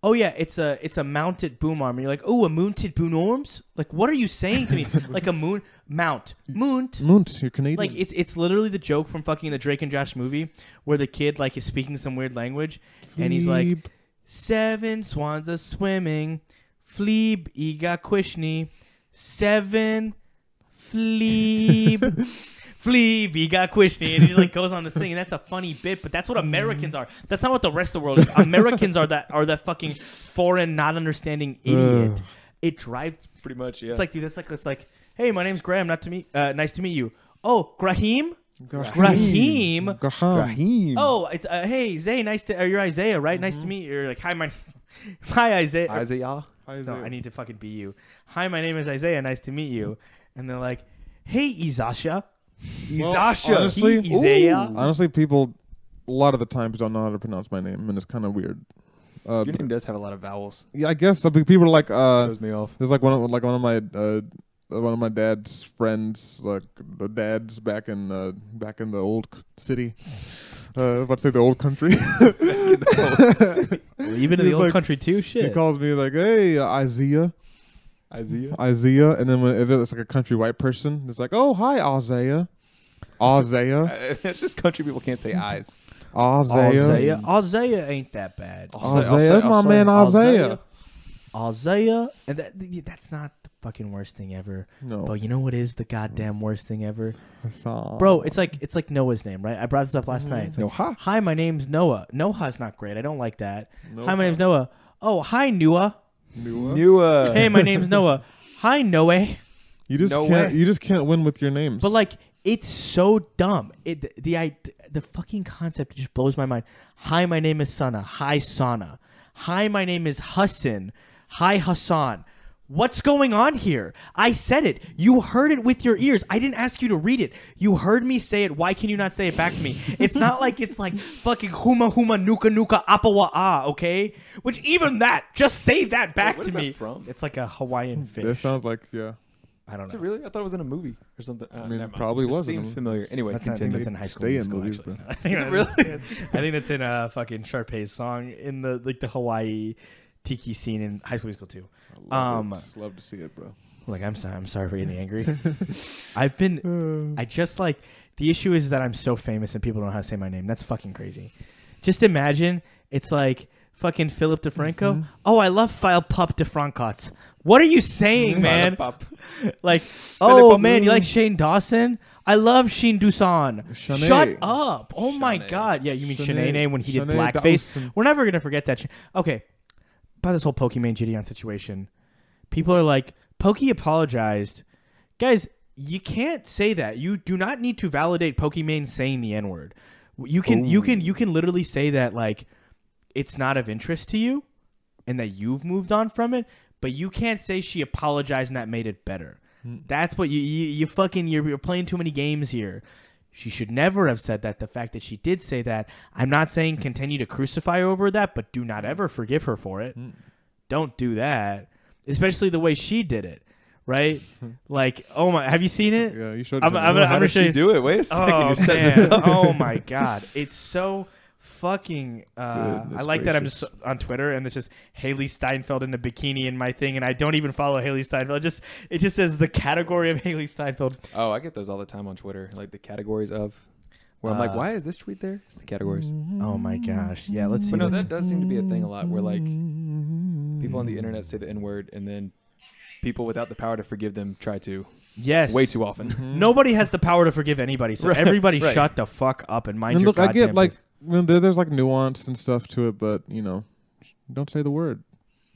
A: Oh yeah, it's a it's a mounted boom arm. And you're like, oh, a mounted boom arms. Like, what are you saying to me? like a moon mount, moont.
B: Munt, you're Canadian.
A: Like it's it's literally the joke from fucking the Drake and Josh movie where the kid like is speaking some weird language and he's like
B: Fleeb.
A: seven swans are swimming, fleeb iga quishni, seven fleeb fleeb iga quishni, and he just, like goes on to sing. And that's a funny bit, but that's what Americans are. That's not what the rest of the world is. Americans are that are that fucking foreign, not understanding idiot.
B: Ugh.
A: It drives
C: Pretty much, yeah.
A: it's like, dude, that's like, it's like, hey, my name's Graham. Not to meet, uh, nice to meet you. Oh, Grahim. Raheem.
B: Graham.
A: Oh, it's uh, hey, Zay. Nice to, uh, you're Isaiah, right? Nice to meet you. You're like, hi, my, hi, Isaiah.
C: Isaiah.
A: no, I need to fucking be you. Hi, my name is Isaiah. Nice to meet you. And they're like, hey, Izasha.
B: Well,
C: Izasha.
B: honestly-
A: He, uh, Isaiah.
B: Honestly, people a lot of the times don't know how to pronounce my name, and it's kind of weird. Uh,
C: Your name does have a lot of vowels.
B: yeah, I guess some people are like, uh,
C: Throws me off.
B: There's like one of like one of my uh, one of my dad's friends, like the dads back in uh, back in the old c- city. Uh, I was about to say the old country.
A: Even in the
B: He's
A: old
B: like-
A: country too.
B: he
A: Shit.
B: calls me like, "Hey, Isaiah,
C: Isaiah.
B: Isaiah," and then when if it's like a country white person, it's like, "Oh, hi, Isaiah, Isaiah,
C: it's just country people can't say eyes.
B: Isaiah,
A: Isaiah. Isaiah ain't that bad.
C: I'll say- I'll say-
B: Isaiah, my
C: I'll say
B: man, Isaiah."
A: Isaiah, and that, that's not the fucking worst thing ever. But
B: No,
A: you know what is the goddamn worst thing ever,
B: Hassan.
A: bro? It's like it's like Noah's name, right? I brought this up last night. It's like,
B: no, ha.
A: hi, my name's Noah. Noah's not great. I don't like that.
B: No,
A: hi, my name's Noah. Oh, hi, Noah.
B: Nua.
C: Nua.
A: hey, my name's Noah. Hi, Noah.
B: You just
C: No
B: can't.
C: way.
B: You just can't win with your names.
A: But like, it's so dumb. It the I the fucking concept just blows my mind. Hi, my name is Sana. Hi, Sana. Hi, my name is Hassan. Hi, Hassan. What's going on here? I said it. You heard it with your ears. I didn't ask you to read it. You heard me say it. Why can you not say it back to me? It's not like it's like fucking huma huma nuka nuka apawa ah, okay? Which even that, just say that back
C: where
A: to
C: is that
A: me.
C: from?
A: It's like a Hawaiian fish.
B: that sounds like yeah.
A: I don't
C: Is it
A: know.
C: really? I thought it was in a movie or something. Uh,
B: mean, it
C: never mind.
B: probably
C: Just
B: was in a
C: seemed
B: movie.
C: familiar. Anyway,
A: That's I think
C: continue.
A: that's in high school.
B: Stay in
A: musical,
B: movies,
A: actually.
B: bro.
A: I think
C: Is it
A: that's- I think that's in uh, fucking Sharpay's song in the like the Hawaii tiki scene in High School Musical too.
B: I love
A: Um,
B: it. Just love to see it, bro.
A: Like I'm sorry, I'm sorry for getting angry. I've been, I just like the issue is that I'm so famous and people don't know how to say my name. That's fucking crazy. Just imagine it's like fucking Philip DeFranco.
B: Mm-hmm.
A: Oh, I love file pup DeFrancots. What are you saying, man? like, oh man, you like Shane Dawson? I love Sheen Dusan.
B: Shanae.
A: Shut up! Oh my
D: Shanae.
A: god! Yeah, you mean
B: Shanae-
A: Shanae when he did
B: Shanae
A: blackface?
B: Dawson.
A: We're never gonna forget that. Sh- okay, by this whole Pokemon Gideon situation, people are like, Pokey apologized. Guys, you can't say that. You do not need to validate Pokemon saying the N word. You can, you can, you can literally say that like it's not of interest to you, and that you've moved on from it. But you can't say she apologized and that made it better. That's what you you, you fucking you're, you're playing too many games here. She should never have said that. The fact that she did say that, I'm not saying continue to crucify her over that, but do not ever forgive her for it. Don't do that, especially the way she did it, right? like, oh my, have you seen it?
B: Yeah, you should.
A: I'm- I'm gonna-
C: How
A: I'm
C: did
A: show
C: she
A: you-
C: do it? Wait a second.
A: Oh,
C: You're setting this
A: man.
C: up.
A: oh my god, it's so fucking. Uh, I
B: Goodness
A: like that I'm
B: gracious.
A: just on Twitter and it's just Haley Steinfeld in a bikini in my thing, and I don't even follow Haley Steinfeld. It just it just says the category of Haley Steinfeld.
C: Oh, I get those all the time on Twitter, like the categories of. Where I'm like,
A: Uh,
C: why is this tweet there? It's the categories.
A: Oh my gosh, yeah, let's see.
C: But no,
A: what's-
C: that does seem to be a thing a lot. Where like people on the internet say the N word, and then people without the power to forgive them try to
A: yes,
C: way too often.
A: Nobody has the power to forgive anybody, so
C: Right,
A: everybody
C: right.
A: shut the fuck up and mind
B: And
A: your
B: look, I get
A: goddamn
B: like
A: business.
B: when there, there's like nuance and stuff to it, but you know, don't say the word.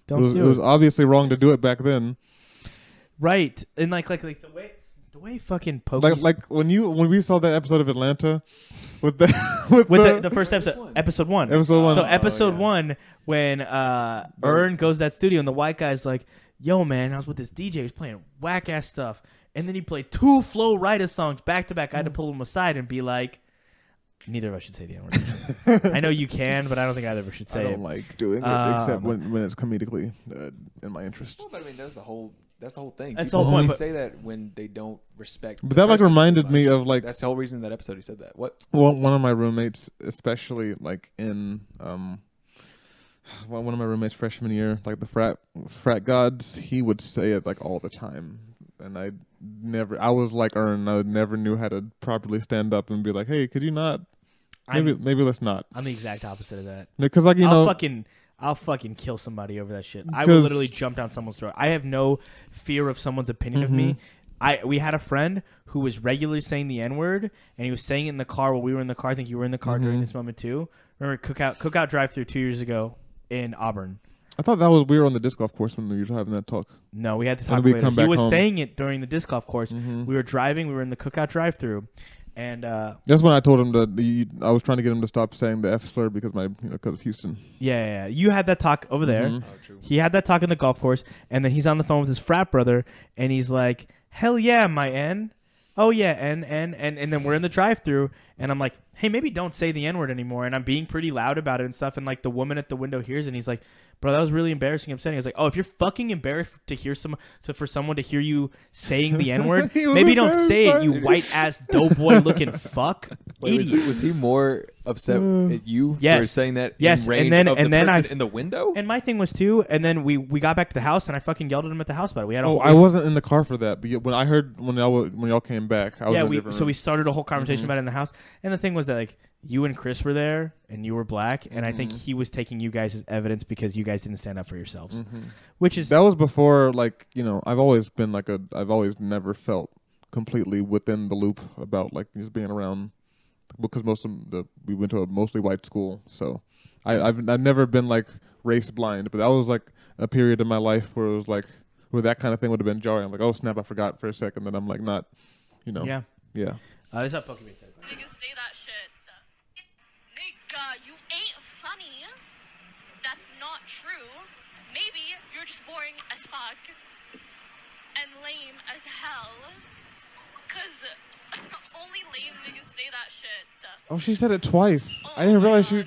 A: don't
B: it was,
A: do
B: it was obviously wrong to do it back then.
A: right, and like like like the way the way fucking Pokey
B: Like like when you when we saw that episode of Atlanta with the with,
A: with the,
B: the,
A: the first episode,
C: one?
A: episode one,
B: episode one.
A: So episode
C: yeah.
A: one, when uh Earn goes to that studio and the white guy's like, "Yo, man, I was with this DJ. He's playing whack ass stuff, and then he played two Flow Rida songs back to back. I had to pull him aside and be like, "Neither of us should say the N word. I know you can, but I don't think either of us should
B: I
A: say
B: don't
A: it."
B: like doing it
A: Um,
B: except when, when it's comedically uh, in my interest.
C: Well, but I mean, that's the whole. That's the whole thing.
A: That's the
C: People
A: whole point,
C: only
A: but-
C: say that when they don't respect.
B: But
C: the
B: that like
C: person as
B: reminded me
C: much.
B: of like
C: That's the whole reason that episode he said that. What?
B: Well, one of my roommates, especially like in um, well, one of my roommates freshman year, like the frat frat gods, he would say it like all the time, and I never, I was like Ern, I never knew how to properly stand up and be like, hey, could you not?
A: I'm,
B: Maybe maybe let's not,
A: I'm the exact opposite of that.
B: because like you
A: I'll
B: know,
A: fucking. I'll fucking kill somebody over that shit. I will
B: 'Cause-
A: literally jump down someone's throat. I have no fear of someone's opinion of me.
B: Mm-hmm.
A: I we had a friend who was regularly saying the N word, and he was saying it in the car while we were in the car. I think you were in the car during
B: Mm-hmm.
A: this moment too. Remember cookout cookout drive through two years ago in Auburn.
B: I thought that was we were on the disc golf course when we were having that talk.
A: No, we had to
B: When
A: talk
B: we
A: later.
B: come
A: he
B: back
A: was
B: home. Mm-hmm.
A: saying it during the disc golf course. We were driving. We were in the cookout drive through, and uh,
B: That's when I told him that the, I was trying to get him to stop saying the F slur because my you know because of Houston.
A: yeah, yeah, yeah, you had that talk over there.
B: Mhm.
C: Oh, true.
A: He had that talk in the golf course, and then he's on the phone with his frat brother, and he's like, "Hell yeah, my N, oh yeah, N N N," and then we're in the drive-through, and I'm like, "Hey, maybe don't say the N word anymore," and I'm being pretty loud about it and stuff, and like the woman at the window hears, it, and he's like, "Bro, that was really embarrassing, upsetting." I was like, "Oh, if you're fucking embarrassed to hear some to for someone to hear you saying the N word,
B: He was
A: maybe don't say it, you
B: embarrassed.
A: white ass doughboy looking fuck
C: Wait, was,
A: idiot."
C: was he more upset at you for
A: Uh, Yes.
C: saying that?
A: Yes,
C: in
A: and
C: range
A: then-
C: of the
A: and then
C: person
A: I-
C: in the window.
A: And my thing was too, and then we we got back to the house, and I fucking yelled at him at the house about it. We had a
B: Oh,
A: whole,
B: I wasn't in the car for that. But yeah, when I heard when y'all wa- when y'all came back, I was
A: yeah,
B: in a
A: we
B: different
A: so
B: room. Mm-hmm.
A: we started a whole conversation about it in the house, and the thing was that like you and Chris were there, and you were black, and I
B: Mm-hmm.
A: think he was taking you guys as evidence because you guys didn't stand up for yourselves, which is
B: Mm. Mm-hmm. that was before like you know i've always been like a i've always never felt completely within the loop about like just being around because most of the we went to a mostly white school so I, I've, I've never been like race blind but that was like a period in my life where it was like where that kind of thing would have been jarring like oh snap i forgot for a second that i'm like not you know
A: yeah.
B: yeah
A: Uh, this is how Pokemon said. it.
E: Nigga, say that shit. Nigga, you ain't funny. That's not true. Maybe you're just boring as fuck and lame as hell. Cause only lame niggas say that shit.
B: oh she said it twice i didn't
E: my
B: realize she
E: God.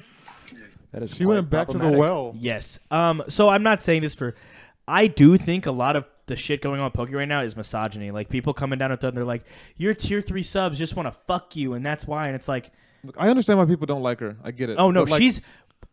C: that is.
B: she went
C: quite
B: back to the
C: problematic.
B: well
A: Yes. Um. So I'm not saying this for. I do think a lot of the shit going on with Pokey right now is misogyny. Like people coming down at them, they're like, "Your tier three subs just want to fuck you," and that's why. And it's like,
B: Look, i understand why people don't like her i get it
A: Oh no,
B: But, like,
A: she's.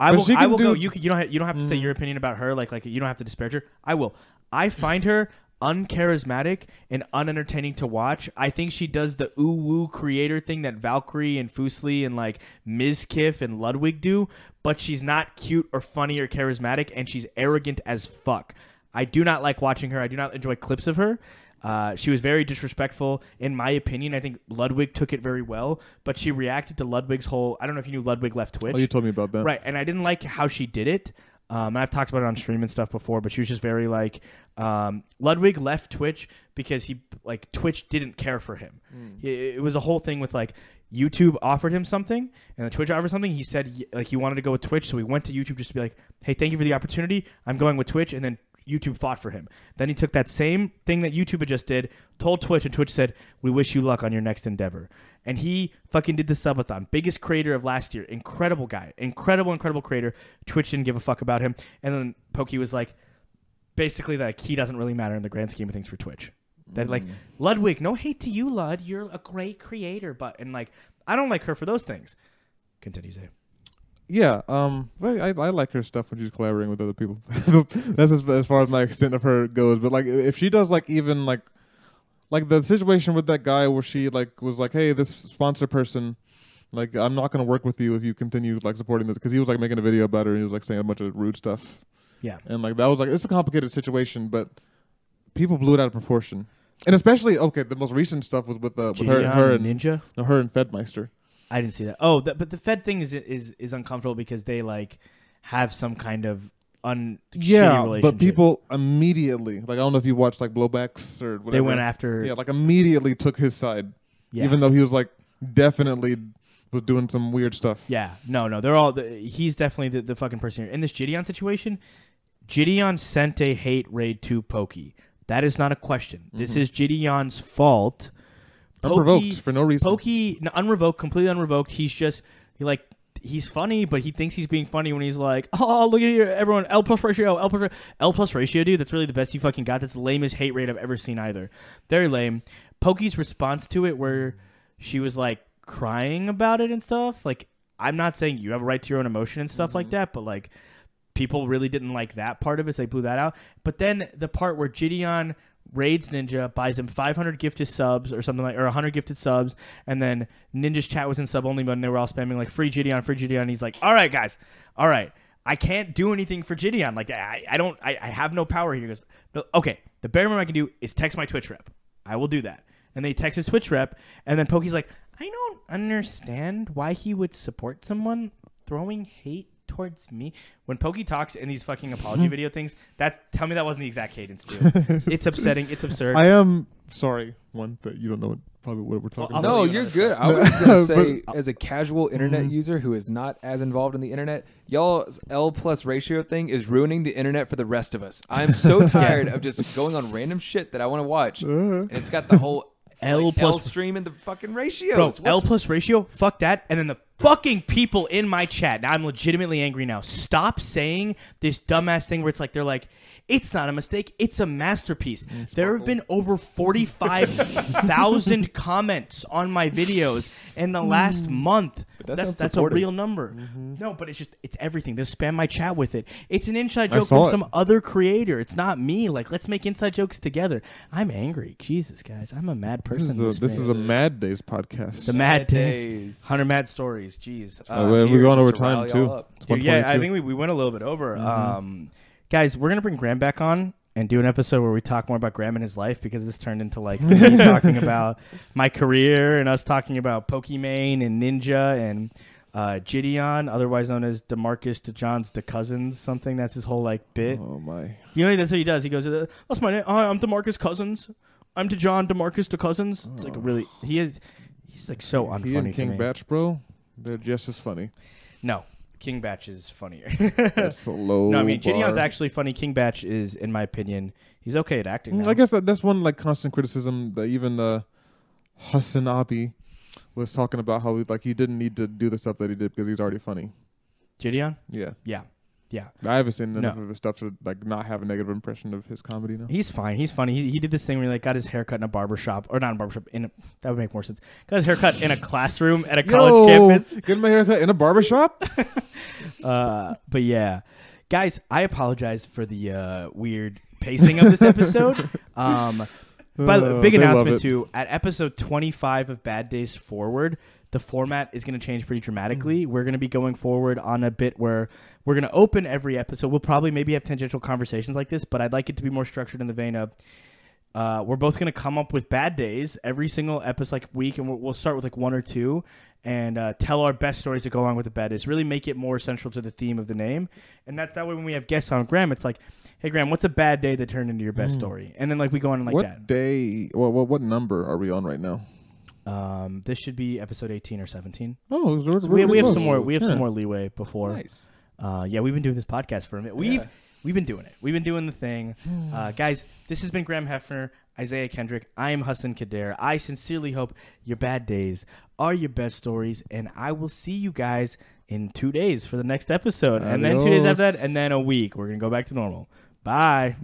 A: I
B: but
A: will.
B: she
A: I
B: can
A: will go.
B: do- Mm.
A: You can, you don't. Have, you don't have to say your opinion about her. Like like you don't have to disparage her. I will. I find her uncharismatic and unentertaining to watch. I think she does the ooh woo creator thing that Valkyrie and Fusli and like Ms. Kiff and Ludwig do, but she's not cute or funny or charismatic, and she's arrogant as fuck. I do not like watching her. I do not enjoy clips of her. Uh, she was very disrespectful, in my opinion. I think Ludwig took it very well, but she reacted to Ludwig's whole. I don't know if you knew Ludwig left Twitch.
B: Oh, you told me about that.
A: Right, and I didn't like how she did it. Um, and I've talked about it on stream and stuff before, but she was just very like um, Ludwig left Twitch because he like Twitch didn't care for him. He- it was a whole thing with like YouTube offered him something and the Twitch offered something. He said y- like he wanted to go with Twitch, so he went to YouTube just to be like, "Hey, thank you for the opportunity. I'm going with Twitch," and then YouTube fought for him. Then he took that same thing that YouTube had just did, told Twitch, and Twitch said, "We wish you luck on your next endeavor." And he fucking did the subathon, biggest creator of last year, incredible guy, incredible, incredible creator. Twitch didn't give a fuck about him, and then Pokey was like, basically like he doesn't really matter in the grand scheme of things for Twitch. That like Ludwig, no hate to you, Lud, you're a great creator, but and like I don't like her for those things. Continue, Zay.
B: Yeah. Um. well, I I like her stuff when she's collaborating with other people. That's as, as far as my extent of her goes. But like, if she does like even like, like the situation with that guy where she like was like, hey, this sponsor person. Like I'm not gonna work with you if you continue like supporting this because he was like making a video about her and he was like saying a bunch of rude stuff
A: Yeah.
B: and like that was like it's a complicated situation, but people blew it out of proportion. And especially okay, the most recent stuff was with, uh, with her,
A: Gideon
B: her and
A: Ninja.
B: no, her and Fedmeister.
A: I didn't see that. Oh, that, but the Fed thing is is is uncomfortable because they like have some kind of un shitty
B: Yeah,
A: relationship.
B: but people immediately like I don't know if you watched like blowbacks or whatever.
A: they went after
B: Yeah, like immediately took his side,
A: yeah.
B: even though he was like definitely was doing some weird stuff.
A: Yeah, no, no, they're all. The, he's definitely the, the fucking person here in this Gideon situation. Gideon sent a hate raid to Pokey. That is not a question. This is Gideon's fault.
B: Mm-hmm. Unprovoked for no reason.
A: Pokey, no, unrevoked, completely unrevoked. He's just he like he's funny, but he thinks he's being funny when he's like, "Oh, look at here, everyone, L plus ratio, L plus, ra- L plus ratio, dude. That's really the best you fucking got. That's the lamest hate rate I've ever seen either. Very lame." Pokey's response to it, where she was like crying about it and stuff. Like, I'm not saying you have a right to your own emotion and stuff like that, but like people really didn't like that part of it, so they blew that out. But then the part where Gideon raids Ninja, buys him 500 gifted subs or something like, or 100 gifted subs, and then Ninja's chat was in sub only mode, and they were all spamming like free Gideon, free Gideon. And he's like, all right, guys, all right, I can't do anything for Gideon. Like I, I don't, I, I have no power here. He goes, "The- okay, the bare minimum I can do is text my Twitch rep. I will do that. And they text his Twitch rep, and then Pokey's like, I don't understand why he would support someone throwing hate towards me. When Pokey talks in these fucking apology video things, that tell me that wasn't the exact cadence, dude. it's upsetting. It's absurd.
B: I am sorry, one that you don't know what, probably what we're talking
A: I'll
B: about.
A: let
C: No,
A: you
C: you're
A: know
C: good. I was just gonna say, as a casual
A: Mm-hmm.
C: internet user who is not as involved in the internet, y'all's L plus ratio thing is ruining the internet for the rest of us. I'm so tired of just going on random shit that I want to watch,
B: Uh-huh.
C: and it's got the whole
A: L
C: like, L
A: plus-
C: stream and the fucking ratios.
A: Bro,
C: What's-
A: L plus ratio, fuck that. And then the fucking people in my chat. Now I'm legitimately angry now. Stop saying this dumbass thing where it's like they're like, it's not a mistake, it's a masterpiece.
B: Mm,
A: there have been over forty five thousand comments on my videos in
B: Hmm.
A: the last month.
C: that
A: that's
C: sounds
A: that's a
C: supportive.
A: real number.
B: Mm-hmm.
A: No, but it's just it's everything. They'll spam my chat with it. It's an inside
B: I
A: joke
B: saw
A: from
B: it.
A: some other creator. It's not me. Like let's make inside jokes together. I'm angry. Jesus guys, I'm a mad
B: This
A: person.
B: is a this
A: man.
B: is a Mad Days podcast.
A: The Mad
C: Days.
A: Days. 100 Mad Stories. Jeez.
B: Uh,
A: Uh,
B: we're
C: here,
B: going
C: just
B: over
C: to rile
B: time
C: y'all
B: too.
C: up.
B: It's
A: dude, yeah, I
B: 1:22.
A: think we, we went a little bit over.
B: Mm-hmm.
A: Um, guys, we're going to bring Graham back on and do an episode where we talk more about Graham and his life because this turned into like me talking about my career and us talking about Pokimane and Ninja and uh, Gideon, otherwise known as Demarcus DeJohn's the Cousins, something. That's his whole like bit.
B: Oh my.
A: You know, that's what he does. He goes, uh, "That's my name. Hi, I'm Demarcus Cousins. I'm DeJohn Demarcus De Cousins." It's like really. He is. He's like so unfunny.
B: Oh. He and
A: to
B: King
A: me.
B: Batch, bro, they're just as funny.
A: No, King Batch is funnier.
B: That's a low.
A: no, I mean
B: bar.
A: Gideon's actually funny. King Batch is, in my opinion, he's okay at acting.
B: Mm,
A: now.
B: I guess that, that's one like constant criticism that even uh, Hassan Abi was talking about how like he didn't need to do the stuff that he did because he's already funny.
A: Gideon.
B: Yeah,
A: Yeah, yeah.
B: I haven't seen enough
A: No.
B: of his stuff to like not have a negative impression of his comedy now.
A: He's fine. He's funny. He, he did this thing where he like got his haircut in a barber shop, or not in a barber shop. In a, that would make more sense. Got his haircut in a classroom at a college
B: Yo,
A: campus.
B: Getting my haircut in a barbershop?
A: Uh, but yeah, guys, I apologize for the uh, weird pacing of this episode. um, by the
B: Uh,
A: big
B: they love
A: announcement
B: it.
A: too. At episode 25 of Bad Days Forward, the format is going to change pretty
B: Mm.
A: dramatically. We're going to be going forward on a bit where we're going to open every episode. We'll probably maybe have tangential conversations like this, but I'd like it to be more structured in the vein of uh, we're both going to come up with bad days every single episode like week and we'll, we'll start with like one or two and uh, tell our best stories that go along with the bad days really make it more central to the theme of the name and that, that way when we have guests on graham it's like hey graham what's a bad day that turned into your best story and then like we go on like
B: Mm. what
A: that
B: day? What, what what number are we on right now?
A: um, this should be episode eighteen or seventeen.
B: Oh, we're,
A: So
B: we're
A: we, we
B: pretty
A: have some
B: close.
A: more. We have
B: Yeah.
A: some more leeway before.
C: Nice.
A: Uh, yeah, we've been doing this podcast for a minute. We've
C: Yeah.
A: we've been doing it. We've been doing the thing, uh, guys. This has been Graham Hefner, Isaiah Kendrick. I am Hassan Kader. I sincerely hope your bad days are your best stories, and I will see you guys in two days for the next episode, and then two days after that,
B: Adios.
A: and then a week. We're gonna go back to normal. Bye.